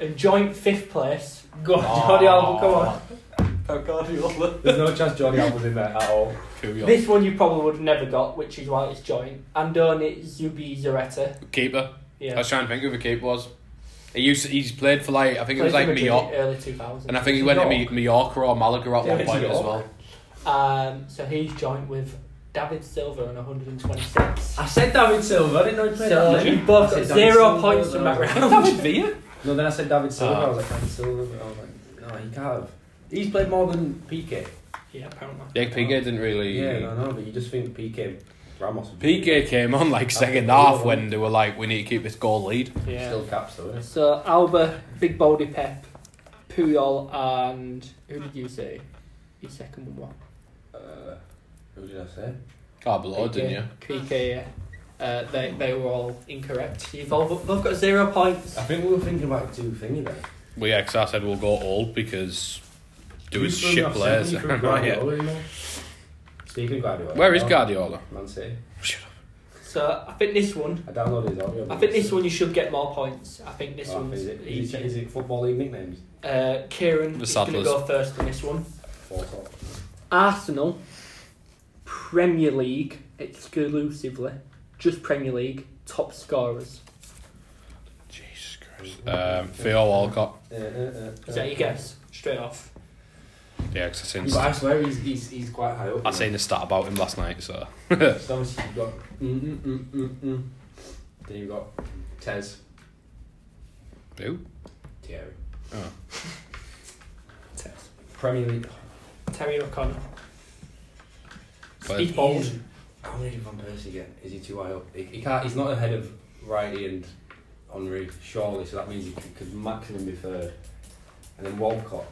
A: And joint fifth place,
C: Go on, Jordi Alba, come on. Oh, There's no chance Johnny Alba's in there at all.
B: Puyol.
A: This one you probably would have never got, which is why it's joint. Andoni Zubi Zareta.
B: keeper. I
A: Yeah.
B: was trying to think who the keeper was. He used he's played for like I think it was
A: Played for
B: like
A: Madrid
B: Mallorca,
A: Early 2000s.
B: and I think he went to Mi- Mallorca or Malaga at
C: Yeah,
B: one point
C: York.
B: as well.
A: Um, so he's joint with David Silva on 126.
C: I said David Silva. I didn't know he played
A: So
C: that
A: you
C: many.
A: both
C: I
A: got
C: said David
A: zero
C: Silva,
A: points from
C: and I
A: that
C: was like,
A: round.
E: Villa?
C: No, then I said David Silva.
B: Ah.
C: I was like, David Silva. but I was like, no, he can't have. He's played more than PK.
A: Yeah, apparently.
B: Yeah, PK didn't really.
C: Yeah, no, no, but you just think PK Ramos. would be-
B: PK came on like second half when they were like, we need to keep this goal lead.
A: Yeah.
C: Still caps though, isn't
A: So Alba, Big Baldy Pep, Puyol, and who did you say? Your second one.
C: it? Uh, who did I say?
B: Can't blow, didn't you?
A: PK, yeah. Uh, they, they were all incorrect. You've all both got zero points.
C: I think we were thinking about two thingy there.
B: Well, yeah, 'cause I said we'll go old because do his
C: Who's
B: shit
C: throwing off
B: players.
C: second? Who's
B: right, yeah.
C: Guardiola, you know? Speaking of Guardiola.
B: Where is
C: no,
B: Guardiola?
C: Man City.
A: So I think this one,
C: I downloaded his audio.
A: I think this one you should get more points. I think this
C: Oh,
A: one's
C: is, it, is,
A: easy.
C: it, is it football league nicknames?
A: Uh, Kieran
B: The
A: is going to
B: Saddlers.
A: go first on this one.
C: Four top.
A: Arsenal, Premier League exclusively, just Premier League top scorers.
B: Jesus Christ. Um, Theo Walcott.
C: Uh, uh, uh,
A: Is that
C: uh,
A: your guess? Straight off.
B: Yeah, 'cause I seen,
C: But I swear he's, he's, he's quite high up.
B: I seen a stat about him last night, so.
C: So obviously you've got. Mm, mm, mm, mm, mm. Then you've got Tez.
B: Who?
C: Thierry.
B: Oh.
C: Tez. Premier League.
A: Terry O'Connor.
B: But-
A: Steve Bald.
C: He's- How many did Van Persie get? Is he too high up? He, he can't. He's not ahead of Righty and Henry, surely. So that means he could, could maximum be third. And then Walcott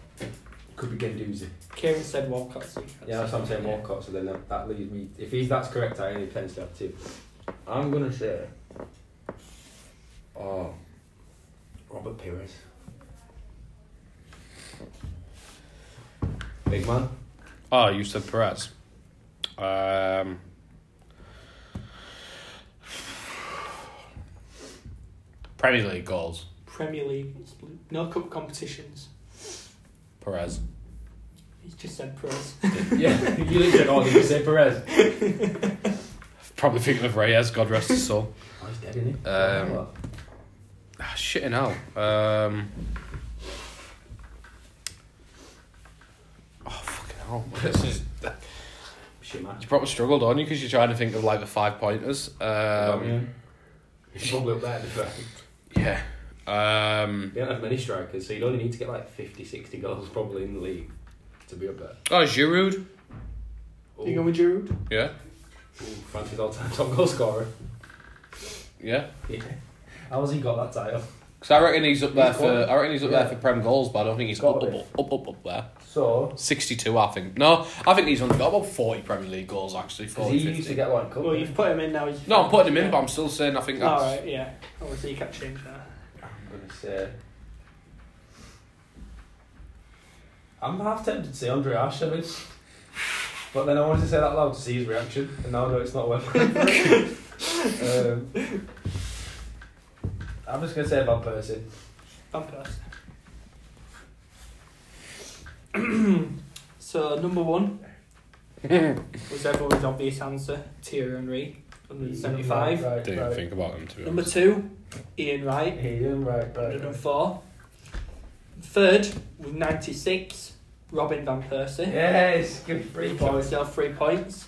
C: could be Gendouzi.
A: Kieran said Walcott. so you can't
C: Yeah, that's
A: say
C: what I'm saying.
A: that.
C: Walcott. So then that, that leaves me. If he's that's correct, I only tends to have two. I'm gonna say. Oh, Robert Pires. Big man.
B: Oh, you said Perez. Um, Premier League goals.
A: Premier League, no cup competitions.
B: Perez.
A: He's just said Perez.
C: yeah, you literally said, "Oh, did you say Perez?"
B: Probably thinking of Reyes, God rest his soul.
C: Oh, he's dead, isn't he?
B: Um, Ah, shitting hell. Um, oh, fucking hell. This is,
C: Shit, man.
B: you probably struggled, aren't you? Because you're trying to think of like the five pointers. Um,
C: He's probably up there. to be fair.
B: yeah. Um,
C: They don't have many strikers, so you'd only need to get like 50, 60 goals probably in the league to be up there.
B: oh, Giroud.
A: you going
C: Ooh,
A: with Giroud?
B: Yeah.
C: ooh, France's all-time top goal scorer.
B: Yeah.
C: Yeah. How's he got that title?
B: Because I reckon he's up there
C: He's
B: for
C: got it.
B: I reckon he's up
C: Yeah.
B: there for prem goals, but I don't think he's
C: Got
B: up,
C: it.
B: up up up up there.
C: So,
B: Sixty two, I think. No, I think he's only got about forty Premier League goals actually. 40,
C: he used
B: 50.
C: to get like cup.
A: Well, you've put him in now. he's-
B: No, I'm putting him in, but I'm still saying I think
A: All
B: that's
A: right, yeah. Obviously, you can't change that.
C: I'm gonna say. I'm half tempted to say Andre Arshavin, but then I wanted to say that loud to see his reaction, and now I know it's not worth it. um, I'm just gonna say Van Persie.
A: Van Persie. so number one was everyone's obvious answer: Thierry Henry, 175.
C: Right,
B: didn't
C: right.
B: even think about him to be
A: Number
B: honest.
A: two, Ian Wright,
C: He didn't right, right, right.
A: 104. Third with 96, Robin van Persie.
C: Yes, good free
A: Got
C: point.
A: himself three points.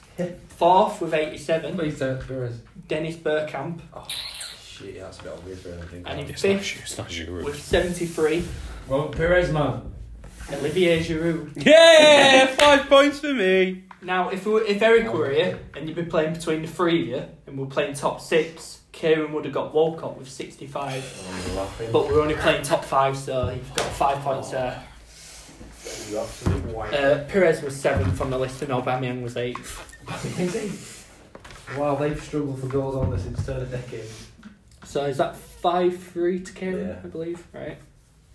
A: Fourth with 87,
C: Please don't Perez.
A: Dennis Burkamp.
C: Shit, that's a bit obvious, really. I think.
A: And he-
B: It's not, Gi- it's not
A: with
B: Giroud.
A: 73,
C: Well, Perez, man.
A: Olivier Giroud.
B: Yeah, five points for me.
A: Now, if we were, if Eric were here and you'd be playing between the three of you and we're playing top six, Kieran would have got Walcott with 65.
C: I'm laughing.
A: But we're only playing top five, so he's got five points there.
C: You absolute wanker.
A: Uh, Perez was seventh on the list and Aubameyang was eighth.
C: Wow, they've struggled for goals on this since turn of decade.
A: So is that 5 3 to Kieran,
C: Yeah.
A: I believe? Right.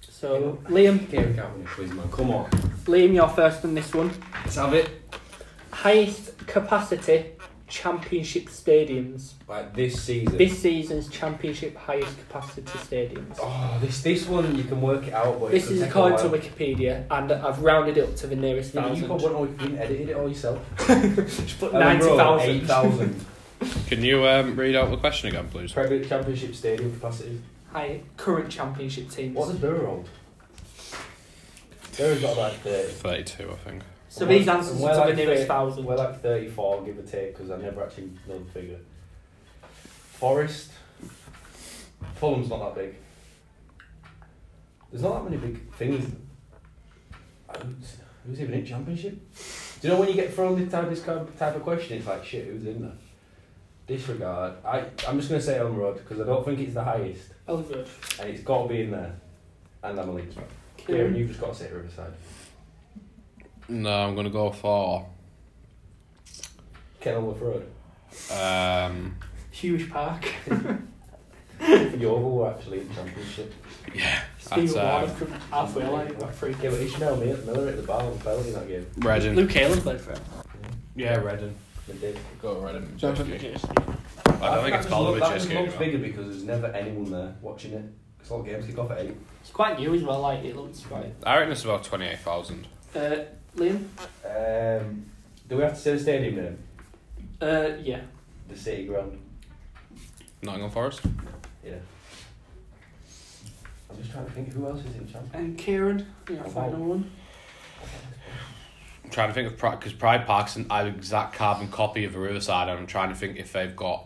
A: So, Liam,
C: Kieran can't win a quiz, man. Come on.
A: Liam, you're first on this one.
C: Let's have it.
A: Highest capacity championship stadiums.
C: Like this season.
A: This season's championship highest capacity stadiums.
C: Oh, this this one you can work it out, but
A: This
C: it could
A: is
C: take a
A: according to
C: while.
A: Wikipedia, and I've rounded it up to the nearest
C: Yeah,
A: thousand.
C: you probably wouldn't have even edited it all yourself. Oh,
A: Just put
C: And then we're all
A: 90,000.
C: 8,000.
B: Can you um, read out the question again, please?
C: Premier Championship stadium capacity.
A: Hi, current championship teams.
C: What does Borough hold? Borough's got about 30.
B: Thirty two, I think.
A: So these answers
C: Well,
A: are to
C: like
A: the nearest
C: thir-
A: thousand.
C: We're like 34, give or take, because I never actually know the figure. Forest. Fulham's not that big. There's not that many big things. I don't- Who's even in championship? Do you know when you get thrown this type, this kind- type of question, it's like, shit, who's in there? Disregard. I, I'm just going to say Elm Road, because I don't think it's the highest,
A: Eldridge.
C: and it's got to be in there. And I'm a Leeds fan. Kieran,
A: Kieran.
C: you've just got to say Riverside.
B: No, I'm gonna go for
C: Kenilworth Road.
B: um,
A: Huge park.
C: Yeovil were actually in championship.
A: Steve
B: um,
C: uh,
A: Ward from halfway line. What a freak.
C: Yeah, but Ishmael Mil- Miller at the bar on penalty in that game.
B: Reading.
A: Luke Halen played for him.
F: Yeah, Redden.
C: They did.
B: Go Reading.
C: I
B: I don't think it's called a
C: That just
B: Chase
C: looks
B: game.
C: bigger because there's never anyone there watching it. Because all games kick off at 8.
A: It's quite new as well, like it looks quite.
B: I reckon it's about twenty-eight thousand.
A: Uh, Liam?
C: Um, do we have to say the stadium name?
A: Uh, yeah.
C: The City Ground.
B: Nottingham Forest.
C: Yeah. I'm just trying to think who else is in championship.
A: And Kieran, your
C: Oh,
A: final one.
B: I'm trying to think of because Pride Park's an an exact carbon copy of the Riverside, and I'm trying to think if they've got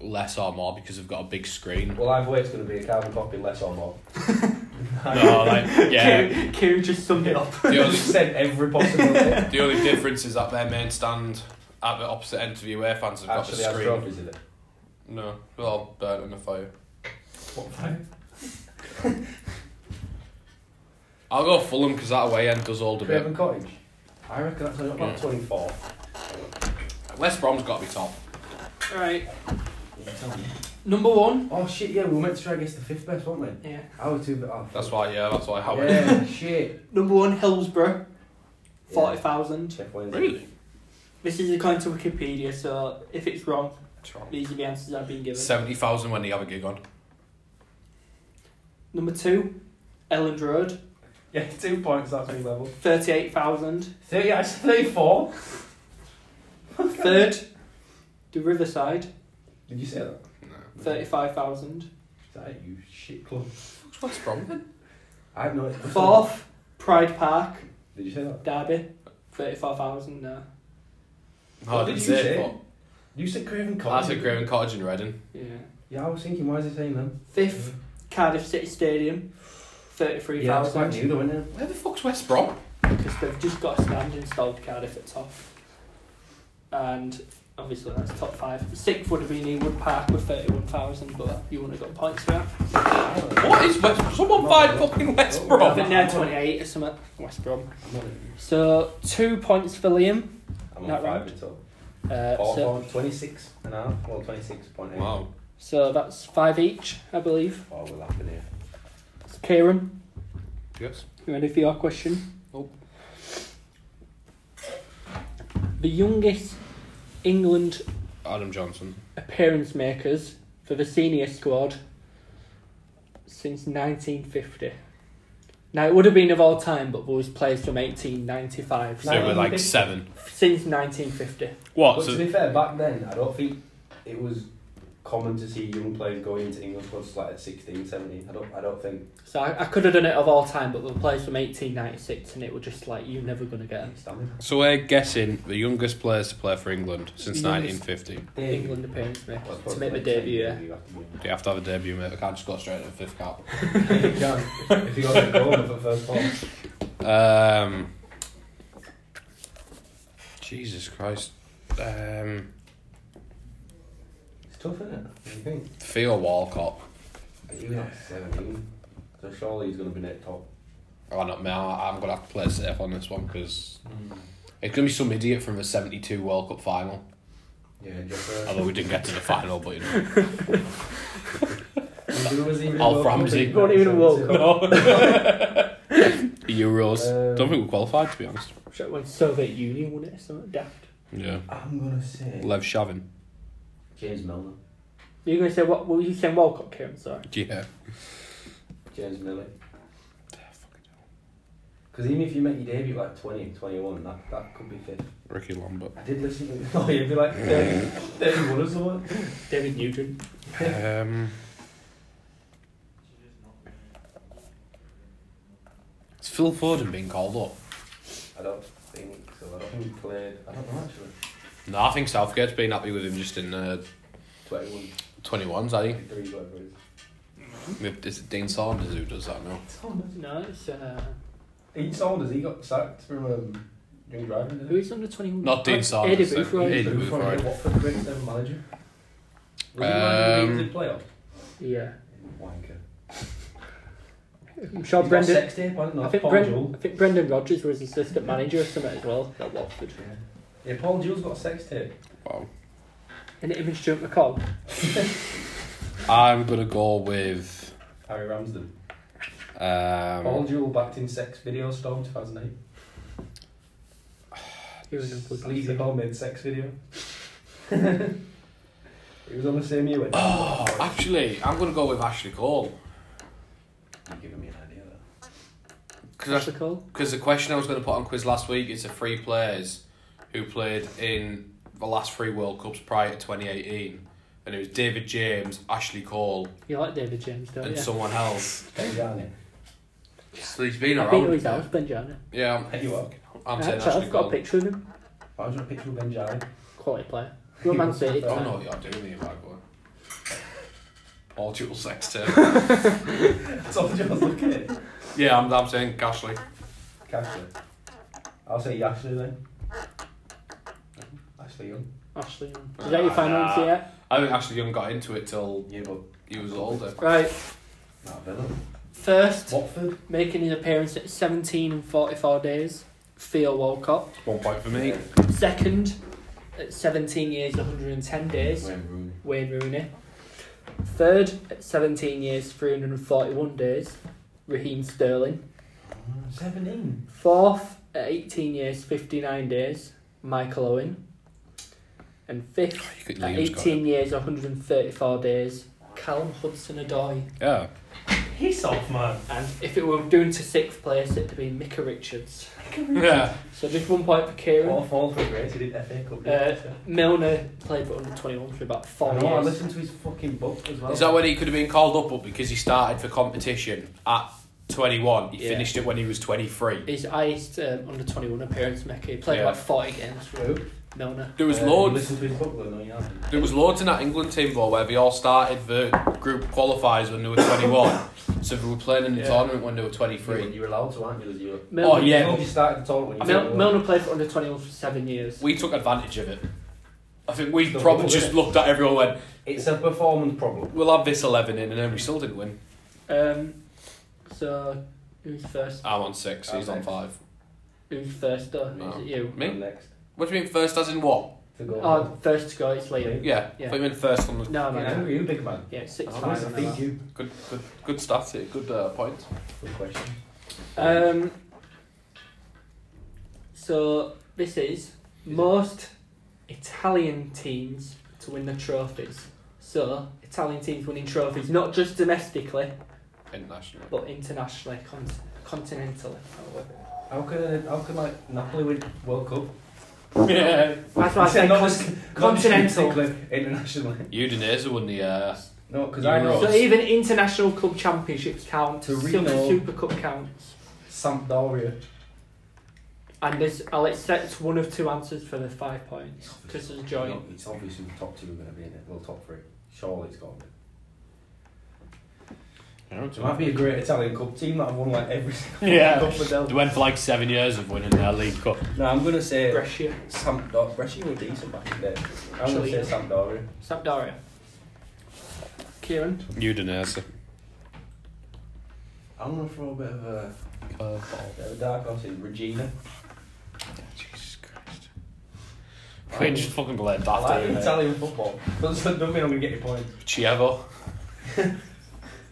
B: less or more because they've got a big screen.
C: Well, either way, it's going to be a carbon copy, less or more.
B: No, like yeah.
A: Kieran, Kieran just summed it up.
B: The
C: I
B: only,
C: just said every possible thing.
B: the only difference is that their main stand at the opposite end to the away fans have got the
C: Actually, has
B: screen.
C: trophies in it.
B: No, they're all burnt in the fire.
C: What five?
B: I'll go Fulham because that away end does all the bit.
C: Craven Cottage. I reckon that's about
B: Yeah.
C: 24.
B: West Brom's got to be top.
A: Alright, number one.
C: Oh shit, yeah, we were meant to try against the fifth best, weren't we?
A: Yeah.
C: I was too. Oh,
B: That's why, yeah, that's why. How
C: Yeah, shit.
A: Number one, Hillsborough, 40,000.
C: Check Wednesday.
B: Really?
A: This is according to Wikipedia, so if it's wrong, these are the answers I've been given.
B: Seventy thousand when they have a gig on.
A: Number two, Elland Road,
C: Yeah, two points, that's me level.
A: 38,000.
C: 30, I said 34.
A: Third, the Riverside,
C: Did you say that?
B: No.
C: Is
A: 35,000.
C: that you shit club?
B: West Brom then?
C: I have no
A: Fourth, Pride Park,
C: Did you say that?
A: Derby, 34,000. No.
B: No, I
C: What did
B: didn't
C: you
B: say
C: say?
B: it.
C: You said Craven
B: But
C: Cottage.
B: that's a Graham Cottage in Reading.
A: Yeah.
C: Yeah, I was thinking, why is it saying them?
A: Fifth, Cardiff City Stadium,
C: Yeah, that's quite
A: 33,000.
C: new though, isn't it?
B: Where the fuck's West Brom?
A: because they've just got a stand installed Cardiff at top. And obviously that's top five. Sixth would have been Ewood Park with 31,000, but you wouldn't have got points for that.
B: What is West? Someone find fucking West Brom.
A: But now 28 or something. West Brom. So two points for Liam.
C: I'm
A: Not
C: on five
A: right.
C: in total.
A: Uh,
C: Four,
A: so,
C: four, 26 and a half. Well, 26.8.
B: Wow.
A: so that's five each, I believe.
C: Oh, we're laughing here.
A: Kieran,
B: Yes.
A: you ready for your question?
B: Nope.
A: The youngest England
B: Adam Johnson.
A: appearance makers for the senior squad since 1950. Now it would have been of all time, but there was players from 1895.
B: So
A: So
B: we're like seven.
A: since 1950.
B: What?
C: But to
B: So
C: be fair, back then, I don't think it was common to see young players going into England clubs like at 16, 17. I don't, I don't think.
A: So I, I could have done it of all time, but there were players from 1896, and it were just like you're never gonna get 'em.
C: Stamina.
B: So we're guessing the youngest players to play for England since
A: Youngest.
B: 1950.
A: England appearance
C: Well,
A: makers
C: I suppose
A: to make the
C: like 10,
A: debut. Yeah.
C: you have to be-
B: Do you have to have a debut, mate? I can't just go straight to the fifth cap.
C: You can, if you got to go for first ball.
B: Um, Jesus Christ. Um,
C: It's tough, isn't it? What do you think?
B: Theo Walcott.
C: Even at 17. So surely he's going to be net top.
B: Oh, no, mate, I- I'm going to have to play it safe on this one because
C: Mm.
B: it's going to be some idiot from the 72 World Cup final.
C: Yeah, uh, Jeffrey.
B: Although we didn't get to the final, but you know. Alf
C: Al
B: Ramsey.
A: Won't even have World Cup.
B: Euros.
C: Um,
B: Don't think we qualified, to be honest.
A: Sure, when Soviet Union won it, or something daft.
B: Yeah.
C: I'm going to say
B: Lev Shavin.
C: James Milner.
A: You're gonna say what? Were you saying World Cup, Kieran? Sorry.
B: Yeah.
C: James Milner. Because even if you make your debut at like 20, 21, that, that could be fifth.
B: Ricky Lambert.
C: I did listen to Oh, you'd be like 30, 31 or something.
A: David Nugent.
B: Um, it's Phil Foden being called up.
C: I don't. think so. I don't think we played. I don't know actually.
B: No, I think Southgate's been happy with him just in uh,
C: 21,
B: 21s, I think.
C: 23, whatever it is.
B: With- Is it Dean Saunders who does that now?
A: No, it's uh,
C: He Saunders, he got sacked from um, Young Driving, didn't he?
A: who's under twenty one?
B: Not Dean Saunders,
A: Eddie
B: so-
C: He
B: Eddie
A: Boothroyd.
C: was
B: Boothroyd.
C: probably the Watford greatest ever manager. Was he
B: Um,
C: the play on?
A: Yeah,
C: Wanker.
A: I'm sure
C: He's got
A: Brendan.
C: sex tape, I don't know.
A: I think,
C: Paul
A: Bren,
C: Jewell.
A: I think Brendan Rodgers was assistant manager or something as well at Watford.
C: Yeah, Paul Jewell's got a sex tape.
B: Wow.
A: And it even Stuart McCall.
B: I'm going to go with.
C: Harry Ramsden. Paul
B: Um,
C: Jewell backed in sex video storm 2008.
A: He was an unplugged
C: Sleazy
A: bastard.
C: homemade sex video. it was on the same year.
B: oh, actually, I'm going to go with Ashley Cole.
C: You're giving me an idea there.
B: Because
A: Ashley Cole.
B: the question I was going to put on quiz last week is the three players who played in the last three World Cups prior to 2018. And it was David James, Ashley Cole,
A: You like David James, don't
B: and
A: you?
B: someone else.
C: Ben Garney.
B: So he's been
A: I think
B: around.
A: he's out, Benjana.
B: Yeah,
C: There you are.
B: I'm saying
A: Actually,
B: Ashley
A: I've got a
B: Cole.
A: picture of him.
C: Found you a picture of Ben Jarney.
A: Quality player. You're a Man City.
B: I
A: fan.
B: don't know what you're doing with your bag, boy. All dual sex tape.
C: That's all Joe's looking at.
B: yeah, I'm, I'm saying Ashley.
C: Cashley. I'll say Ashley then. Ashley Young.
A: Ashley. Is that your final
B: Ah,
A: answer yet?
B: I think Ashley Young got into it till
C: Yeah, but
B: he was older.
A: Right.
C: not Villa.
A: First,
C: Watford.
A: making his appearance at 17 and 44 days, Theo Walcott.
B: One point for me.
A: Second, at 17 years, 110 days,
C: Wayne Rooney.
A: Wayne Rooney. Third, at 17 years, 341 days, Raheem Sterling.
C: 17.
A: Fourth, at 18 years, 59 days, Michael Owen. And fifth,
B: You could-
A: at
B: Liam's got
A: 18 years, 134 days, Callum Hudson-Odoi.
B: it. Yeah.
C: He's off, man.
A: And if it were doing to sixth place, it'd be Micah Richards.
B: Yeah.
A: So just one point for Kieran.
C: What a fall for grace. He did FA Cup.
A: Uh,
C: didn't
A: Milner played for under 21 for about
C: he? I
A: four
C: know, I
A: years.
C: listened to his fucking book as well.
B: Is that when he could have been called up, but because he started for competition at 21, he
A: Yeah.
B: finished it when he was 23.
A: His highest um, under 21 appearance, Mecca. He played
B: Yeah.
A: like 40 games for Milner.
B: There was
C: Uh, you
B: loads.
C: Listen to his book, though, no, you haven't.
B: There was loads in that England team though, where they all started the group qualifiers when they were 21, so they were playing in the
A: Yeah.
B: tournament when they were
C: You're,
B: 23.
C: you're allowed to, aren't you? As you
A: Milner,
B: Oh, yeah.
C: You only started the tournament when you uh,
A: Mil-
C: were-
A: Milner played for under 21 for seven years.
B: We took advantage of it. I think we
C: Still
B: probably
C: didn't
B: just
C: win
B: looked at everyone and went,
C: It's a performance problem.
B: we'll have this 11 in, and then we still didn't win.
A: Um, so, who's first?
B: I'm on six, he's
C: I'm
B: on five.
A: Who's first? Though? Is
B: Oh.
A: it you?
B: Me?
C: Next.
B: What do you mean first as in what?
C: To go.
A: Oh, first to go, it's Liam.
B: Yeah,
A: Yeah.
B: I thought you meant first on the
A: No,
C: Yeah,
A: no,
C: who
A: no.
C: are you, big man?
A: Yeah, six
B: Oh,
A: five.
C: I
A: and all
C: think you.
B: good good good stats here, good uh, points.
C: Good question.
A: that. Um, so, this is most Italian teams to win the trophies. So, Italian teams winning trophies, not just domestically,
B: International.
A: but internationally, con- continentally.
C: How can how can like Napoli win World Cup?
B: yeah.
A: That's why I say
C: Not
A: con-
C: just- not just
A: continental.
C: domestically, internationally.
B: Udinese won the uh,
C: No, because I know
B: Euros.
A: So even international club championships count,
C: Torino.
A: Super, Super Cup counts.
C: Sampdoria.
A: And there's, I'll accept one of two answers for the five points, because there's a joint.
C: No, it's obvious who the top two are going to be in it. Well, top three. Surely it's got to be. So it might be a great Italian Cup team that have won like every single
B: Yeah.
C: Cup for Del.
B: They went for like seven years of winning their League Cup.
C: No, I'm going to say
A: Brescia,
C: Sampdoria. Brescia were decent back in the day. I'm going
A: Actually,
C: to say Sampdoria.
A: Sampdoria. Kieran,
B: Udinese.
C: I'm going to throw a bit of a, bit of a dark horse in Regina.
B: Jesus Christ. We just fucking played
C: I
B: that
C: like
B: day. innit?
C: Italian football. But that doesn't mean I'm going to get your point.
B: Chievo.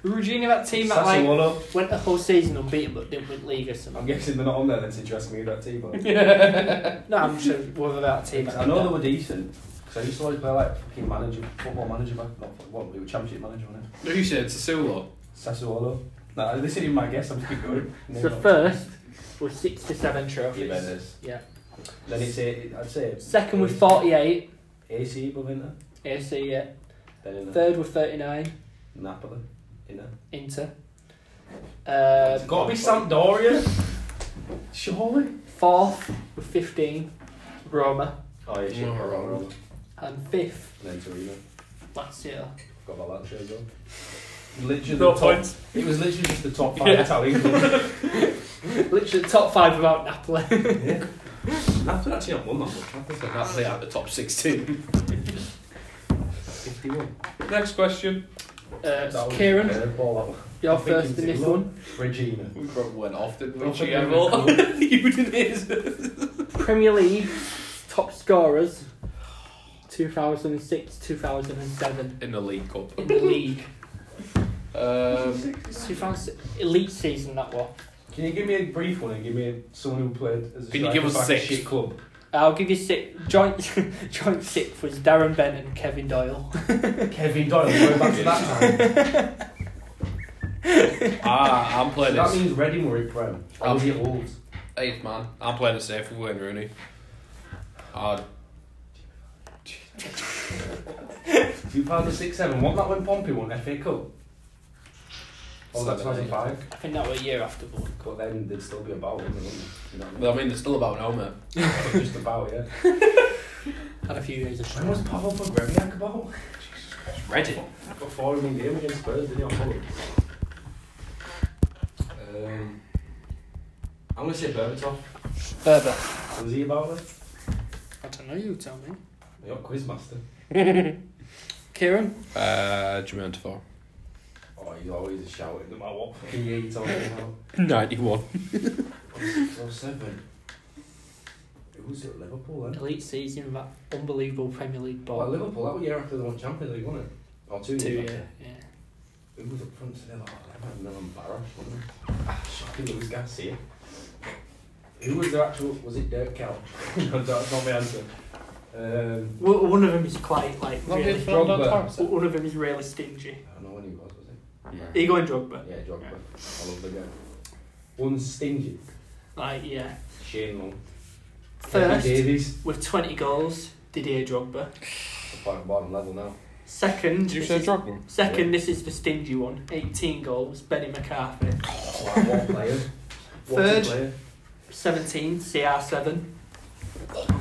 A: Regina, that team that like
C: Sassuolo.
A: went the whole season unbeaten but didn't win league or
C: I'm
A: something.
C: guessing they're not on there then to interest me that team. are they?
A: No, I'm sure whether that team.
C: I know they were decent. Because I used to always play like fucking manager, football manager back, not football, we were championship manager, wasn't it?
B: Who you said Sassuolo?
C: Sassuolo. Nah, this isn't even my guess, I'm just keep going.
A: So first was sixty-seven
C: Yeah,
A: trophies.
C: there it is.
A: Yeah.
C: Then it's a, I'd say
A: Second with forty-eight.
C: AC above Inter,
A: AC, yeah.
C: then Inter,
A: Third with thirty-nine.
C: Napoli, Inter.
A: Inter. Uh,
C: Sampdoria. Surely.
A: Fourth with 15, Roma.
C: Oh, yeah, shit.
B: No,
C: hold on, hold on.
A: And fifth,
C: And then Torino.
A: Lazio.
C: Forgot about that shit as well. Literally
A: No
C: the top.
A: points.
C: It was literally just the top five
A: Yeah.
C: Italian.
A: Literally top five without Napoli. Uh,
C: yeah. Napoli actually not won that much. have
B: So that's it at the top 16.
C: they? Fifty-one.
B: Next question.
A: Uh, so
C: That was-
A: Kieran,
C: uh, ball that one.
A: you're
C: I think
A: first
C: it's
A: in this
C: Zero.
A: one.
C: Regina.
B: We probably went off, didn't we?
C: I think
B: GM?
C: we were cool.
B: you did it.
A: Premier League top scorers 2006 2007.
B: In the League Cup.
A: League.
B: Um,
A: 2006, elite season that one.
C: Can you give me a brief one and give me someone who played as a
B: Can you give us
C: striker back at
B: six?
C: shit club?
A: I'll give you six. Joint, joint sixth was Darren Bent and Kevin Doyle.
C: Kevin Doyle going back to that time.
G: ah, I'm playing
C: that
G: this.
C: means Reading were in Prem.
B: I'll-
C: I'll be old.
B: eighth man.
G: I'm playing it safe with Wayne Rooney. Ah,
C: 2006 7. Wasn't that when Pompey won FA Cup? Oh, that's
B: Seven, eight.
C: 2005.
A: I think that was a year after one.
C: But then they'd still be about, wouldn't they? wouldn't they? You know what
B: Well, I mean, they're still about now, mate.
C: I mean? Just about, yeah.
A: Had a few years of
C: When was Pavel Pogrebiak about?
G: Reading.
C: Before him in game against Spurs, didn't he? On Fulham? Um, I'm going to say Berbatov.
A: Berber.
C: Was he about it?
A: I don't know, you tell me.
C: You're quizmaster.
A: Kieran?
G: Uh, Jermaine Defoe.
C: Oh, he's always shouting no matter what fucking year you're talking about.
G: 91.
C: Oh, seven. Who was it at Liverpool then?
A: Elite season, that unbelievable Premier League
C: Oh, at
A: ball.
C: Liverpool, that was the year after they won Champions League, wasn't it? Or two,
A: Two,
C: years
A: yeah.
C: after.
A: yeah.
C: Who was up front today? Oh, Like, I don't embarrassed, wasn't it? Ah, shocking Luis Garcia. Who was their actual, was it Dirk Cow? no, that's not my answer. Um,
A: Well, one of them is quite, like, really...
C: Drogba.
A: One of them is really stingy.
C: I don't know when he was, was it?
A: Ego and Drogba.
C: Yeah, Drogba. I love the guy. One stingy.
A: Like, yeah.
C: Shane Long. Eddie
A: First,
C: Davies.
A: with 20 goals, Didier Drogba.
C: Bottom, bottom level now.
A: Second, this is-
G: Drogba?
A: second this is the stingy one. 18 goals, Benny McCarthy.
C: Like, what player? What
A: Third.
C: player?
A: 17, CR7.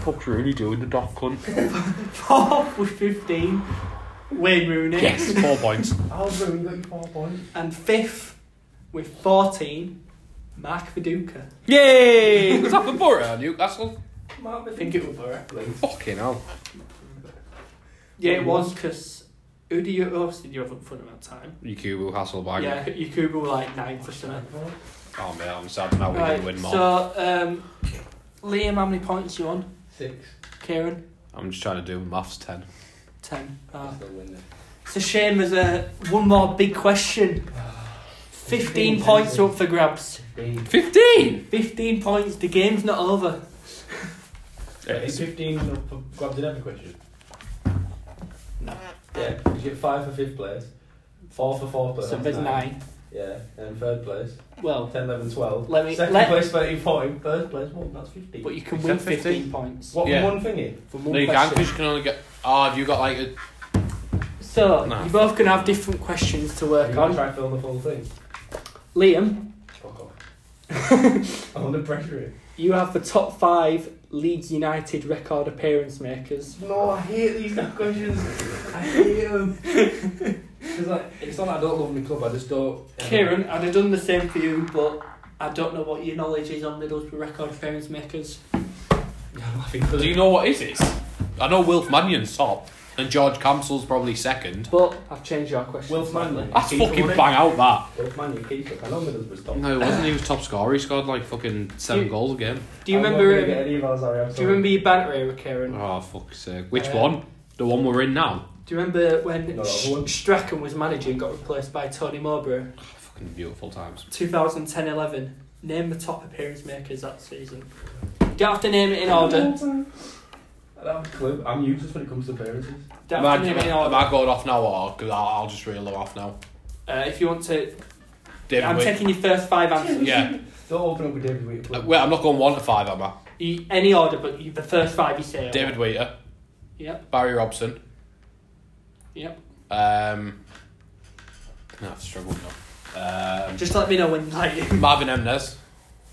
G: Fuck's Rooney doing the doff cunt?
A: Fourth with 15, Wayne Rooney.
G: yes, four points.
C: How's Rooney got you four points?
A: And fifth with 14, Mark Viduka.
G: Yay! Was that for Borough, Newcastle?
C: Mark,
A: I think it was Borough.
G: Fucking hell.
A: Yeah, it was because who do you who else did you have up front at that time?
G: Yakubu Hasselbag.
A: Yeah, Yakubu were like ninth or something.
G: Oh, mate, I'm sad now we
A: Right,
G: didn't win more.
A: so um, Liam, how many points you on?
C: Six.
A: Kieran,
G: I'm just trying to do maths 10.
A: ten. Ah.
C: Still winning.
A: It's a shame. There's a one more big question. Fifteen points up for grabs.
G: 15!
A: Fifteen points. The game's not over.
C: Is 15 up for grabs in every question?
A: No.
C: Yeah, you get 5 for 5th place, 4 for 4th place.
A: So there's nine.
C: Yeah, and 3rd place,
A: Well,
C: 10, 11, 12.
A: Let me-
C: 2nd
A: let-
C: place, 13, 14. 3rd place, 1, that's 15.
A: but you can
G: Is that
A: win
G: 15?
A: fifteen points
C: what,
G: Yeah.
C: one thingy?
A: from
G: No,
A: one
G: you can't
A: question.
G: because you can only get. Oh, have you got like a.
A: So
G: No.
A: you both can have different questions to
C: you
A: work on.
C: going to try and film the full thing?
A: Liam,
C: Fuck off. I'm under pressure here.
A: you have the top five Leeds United record appearance makers.
C: No, I hate these questions. I hate them. Because like, it's not that I don't love my club, I just don't.
A: Kieran, I'd have done the same for you, but I don't know what your knowledge is on Middlesbrough record appearance makers.
G: Do you know what it is? I know Wilf Mannion's top, and George Campbell's probably second.
A: But I've changed our question.
C: Wilf Manley.
G: That's
C: Keeper,
G: fucking
C: wasn't
G: bang
C: it?
G: out that.
C: Wilf Manley, keeper. I know Middlesbrough's top.
G: No, it wasn't. He was top scorer. He scored like fucking seven
A: You-
G: goals a game.
A: Do you
C: I'm not gonna get
A: remember? Um,
C: any of ours, sorry, I'm
A: do
C: sorry.
A: you remember your banter era, Kieran?
G: Oh, fuck's sake. Which
A: Uh,
G: one? The one we're in now?
A: Do you remember when
C: No, that
A: Sh-
C: one.
A: Strachan was manager and got replaced by Tony Mowbray?
G: Fucking beautiful times.
A: 2010-11. Name the top appearance makers that season. You don't have to name it in order.
C: I don't have a clue. I'm useless when it comes to appearances.
A: Don't
G: Am
A: have
G: I,
A: to name it in
G: am
A: order.
G: I going off now or cause I'll, I'll just reel them off now?
A: Uh, if you want to,
G: David
A: I'm
G: Wick-
A: taking your first five answers.
G: Yeah.
C: Don't open up with David Wheat.
G: Uh, Wait, I'm not going one to five, am I?
A: You, any order, but you, the first five you say. are-
G: David Waiter,
A: Yep.
G: Barry Robson.
A: Yep.
G: Um, no, I've struggled now. Um,
A: Just let me know when like
G: Marvin Emnes.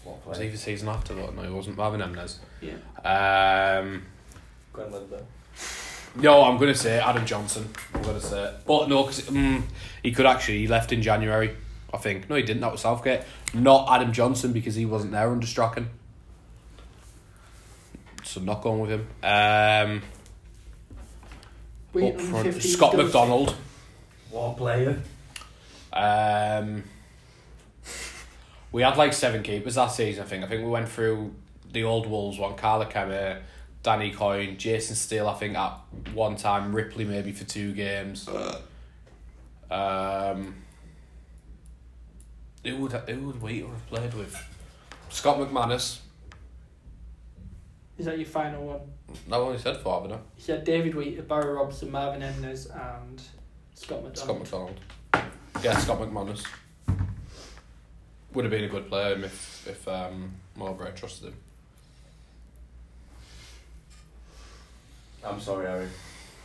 C: What
B: Was he
C: play?
B: the season after though? No, he wasn't Marvin Emnes.
A: Yeah.
B: Um,
C: Go and live there.
B: no, I'm gonna say Adam Johnson. I'm gonna say, it. but no, because he could actually. He left in January, I think. No, he didn't. That was Southgate. Not Adam Johnson because he wasn't there under Strachan. So not going with him. Um, up front, Scott McDonald.
C: What player?
B: Um, we had like seven keepers that season. I think. I think we went through the old Wolves one. Carla Kemmer, Danny Coyne, Jason Steele. I think at one time Ripley maybe for two games. Um, who would who would we have played with? Scott McManus.
A: Is that your final one?
B: I only said four, haven't I?
A: He said David Wheat, Barry Robson, Marvin Emnes, and Scott McDonald.
B: Scott McDonald. Yeah, Scott McManus. Would have been a good player if if um, Mowbray trusted him.
C: I'm sorry, Harry.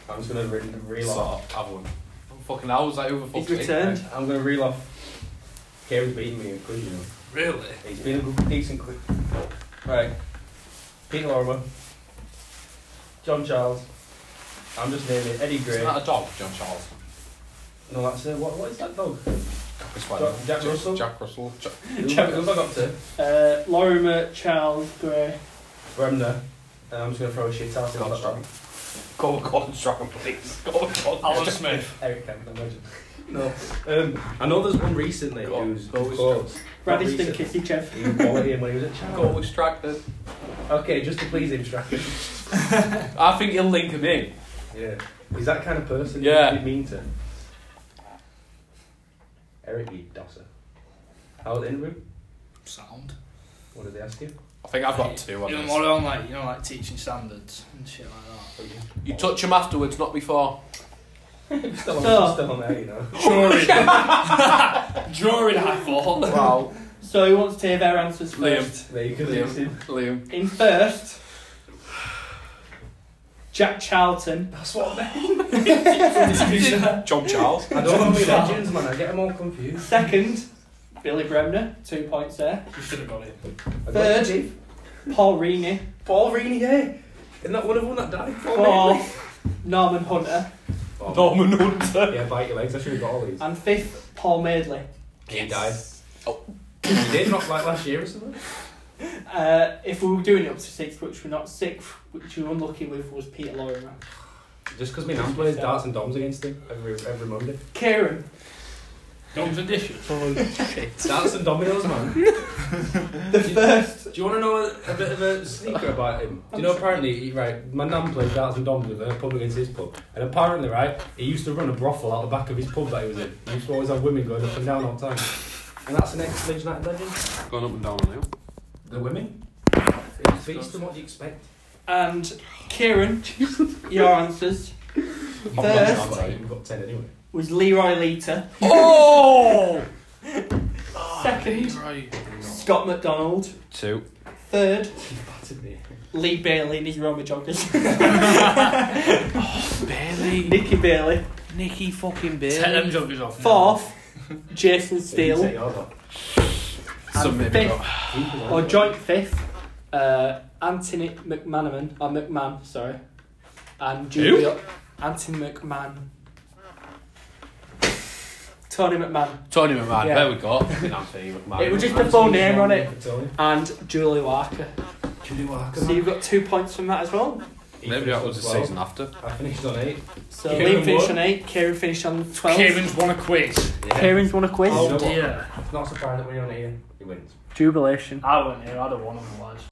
C: I'm just gonna re- reel
B: Sort
C: off.
B: of, have one. Fucking hell, was that who the fuck's
A: He's returned.
C: I'm gonna reel off. Karen's beating me in quiz, you know.
H: Really?
C: He's been a good, decent quiz. Right. Pete Lorimer. John Charles. I'm just naming Eddie
B: Isn't
C: Gray.
B: that a dog, John Charles?
C: No, that's it. What, what is that dog?
B: It's fine.
C: Jack- Jack Russell?
B: Jack Russell. Jack-
C: Who's who's I got to?
A: Uh, Lorimer, Charles, Gray.
C: Bremner. And I'm just gonna throw a shit out. um,
B: Gordon Strachan. Go on, Gordon Strachan, please. Go on, Gordon
D: Alan Smith.
C: Eric Kemp, imagine. No. Um, I know there's one recently
B: Go on.
C: who's
B: Go with
C: close.
A: Radiston
C: recent.
A: Kisichev.
C: He was quality and when he was at
B: Go
C: Charles.
B: with Strachan.
C: Okay, just to please him, Strachan.
B: I think you'll link him in.
C: Yeah. He's that kind of person. you
B: Yeah.
C: would be mean to. Eric E. Dosser. How was it in the room?
D: Sound.
C: What did they ask you?
B: I think I've got two on
D: You know,
B: this.
D: more on like you know like teaching standards and shit like that.
B: You touch him afterwards, not before.
C: Still on,
A: So-
C: still on there, you know.
D: Drawing. Drawing high ball.
B: Wow.
A: So he wants to hear their answers first.
C: There you go.
B: Liam.
C: Lucy.
B: Liam.
A: In first, Jack Charlton.
C: That's what I
B: John Charles.
C: I don't know my legends, man. I get them all confused.
A: Second, Billy Bremner. Two points there.
D: You should have got it.
C: I got
A: Third.
C: Steve.
A: Paul Reaney.
C: Paul Reaney, eh? Isn't that one of them that died?
A: Fourth, Norman Hunter.
C: Paul.
B: Norman Hunter.
C: Yeah, bite your legs. I should have got all these.
A: And fifth, Paul Maidley.
C: He died. Oh. He did, not like last year or something.
A: Uh, if we were doing it up to sixth, which we're not sixth, which we were unlucky with, was Peter Lorimer.
C: Just because my nan plays darts and doms against him every, every Monday.
A: Kieran.
D: Dom's and dishes.
C: Darts and dominoes, man.
A: The first.
C: Do you want to know a, a bit of a sneaker about him? Do you know, apparently, he- right, my nan played darts and doms with her pub against his pub. And apparently, right, he used to run a brothel out the back of his pub that he was in. He used to always have women going up and down all the time. And that's an ex-Leeds United legend.
B: Going up and down on him.
C: The women? It speaks to what you expect.
A: And Kieran, your answers
B: I'm
A: not First. sure
C: I've got eight, we've got ten anyway.
A: was Leroy Leiter.
B: Oh!
A: Second, Scott McDonald.
B: Two.
A: Third,
C: You battered me.
A: Lee Bailey in his Roma joggers.
B: Bailey.
A: Nicky Bailey.
B: Nicky fucking
D: Take them joggers off.
A: Fourth, Jason
C: You
A: Steele.
C: say yours up.
B: Some
A: And
B: maybe
A: fifth,
B: not.
A: or joint fifth, uh, Anthony McManaman, or McMahon, sorry. And Julio. Anthony McMahon. Tony McMahon.
B: Tony McMahon.
A: Yeah.
B: There we go. Anthony McMahon.
A: It was just the full name on it.
C: Tony.
A: And Julie Walker. So you've got two points from that as well.
B: Maybe that was the
C: Well,
B: season after.
C: I finished on eight.
A: So
C: Kieran
A: Liam finished
C: won.
A: on eight, Kieran finished on twelve.
D: Kieran's won a quiz.
A: Kieran's won a quiz.
C: Oh.
D: dear.
C: Not surprised that we're on here. He wins.
A: Jubilation.
D: I went here. I'd have won otherwise.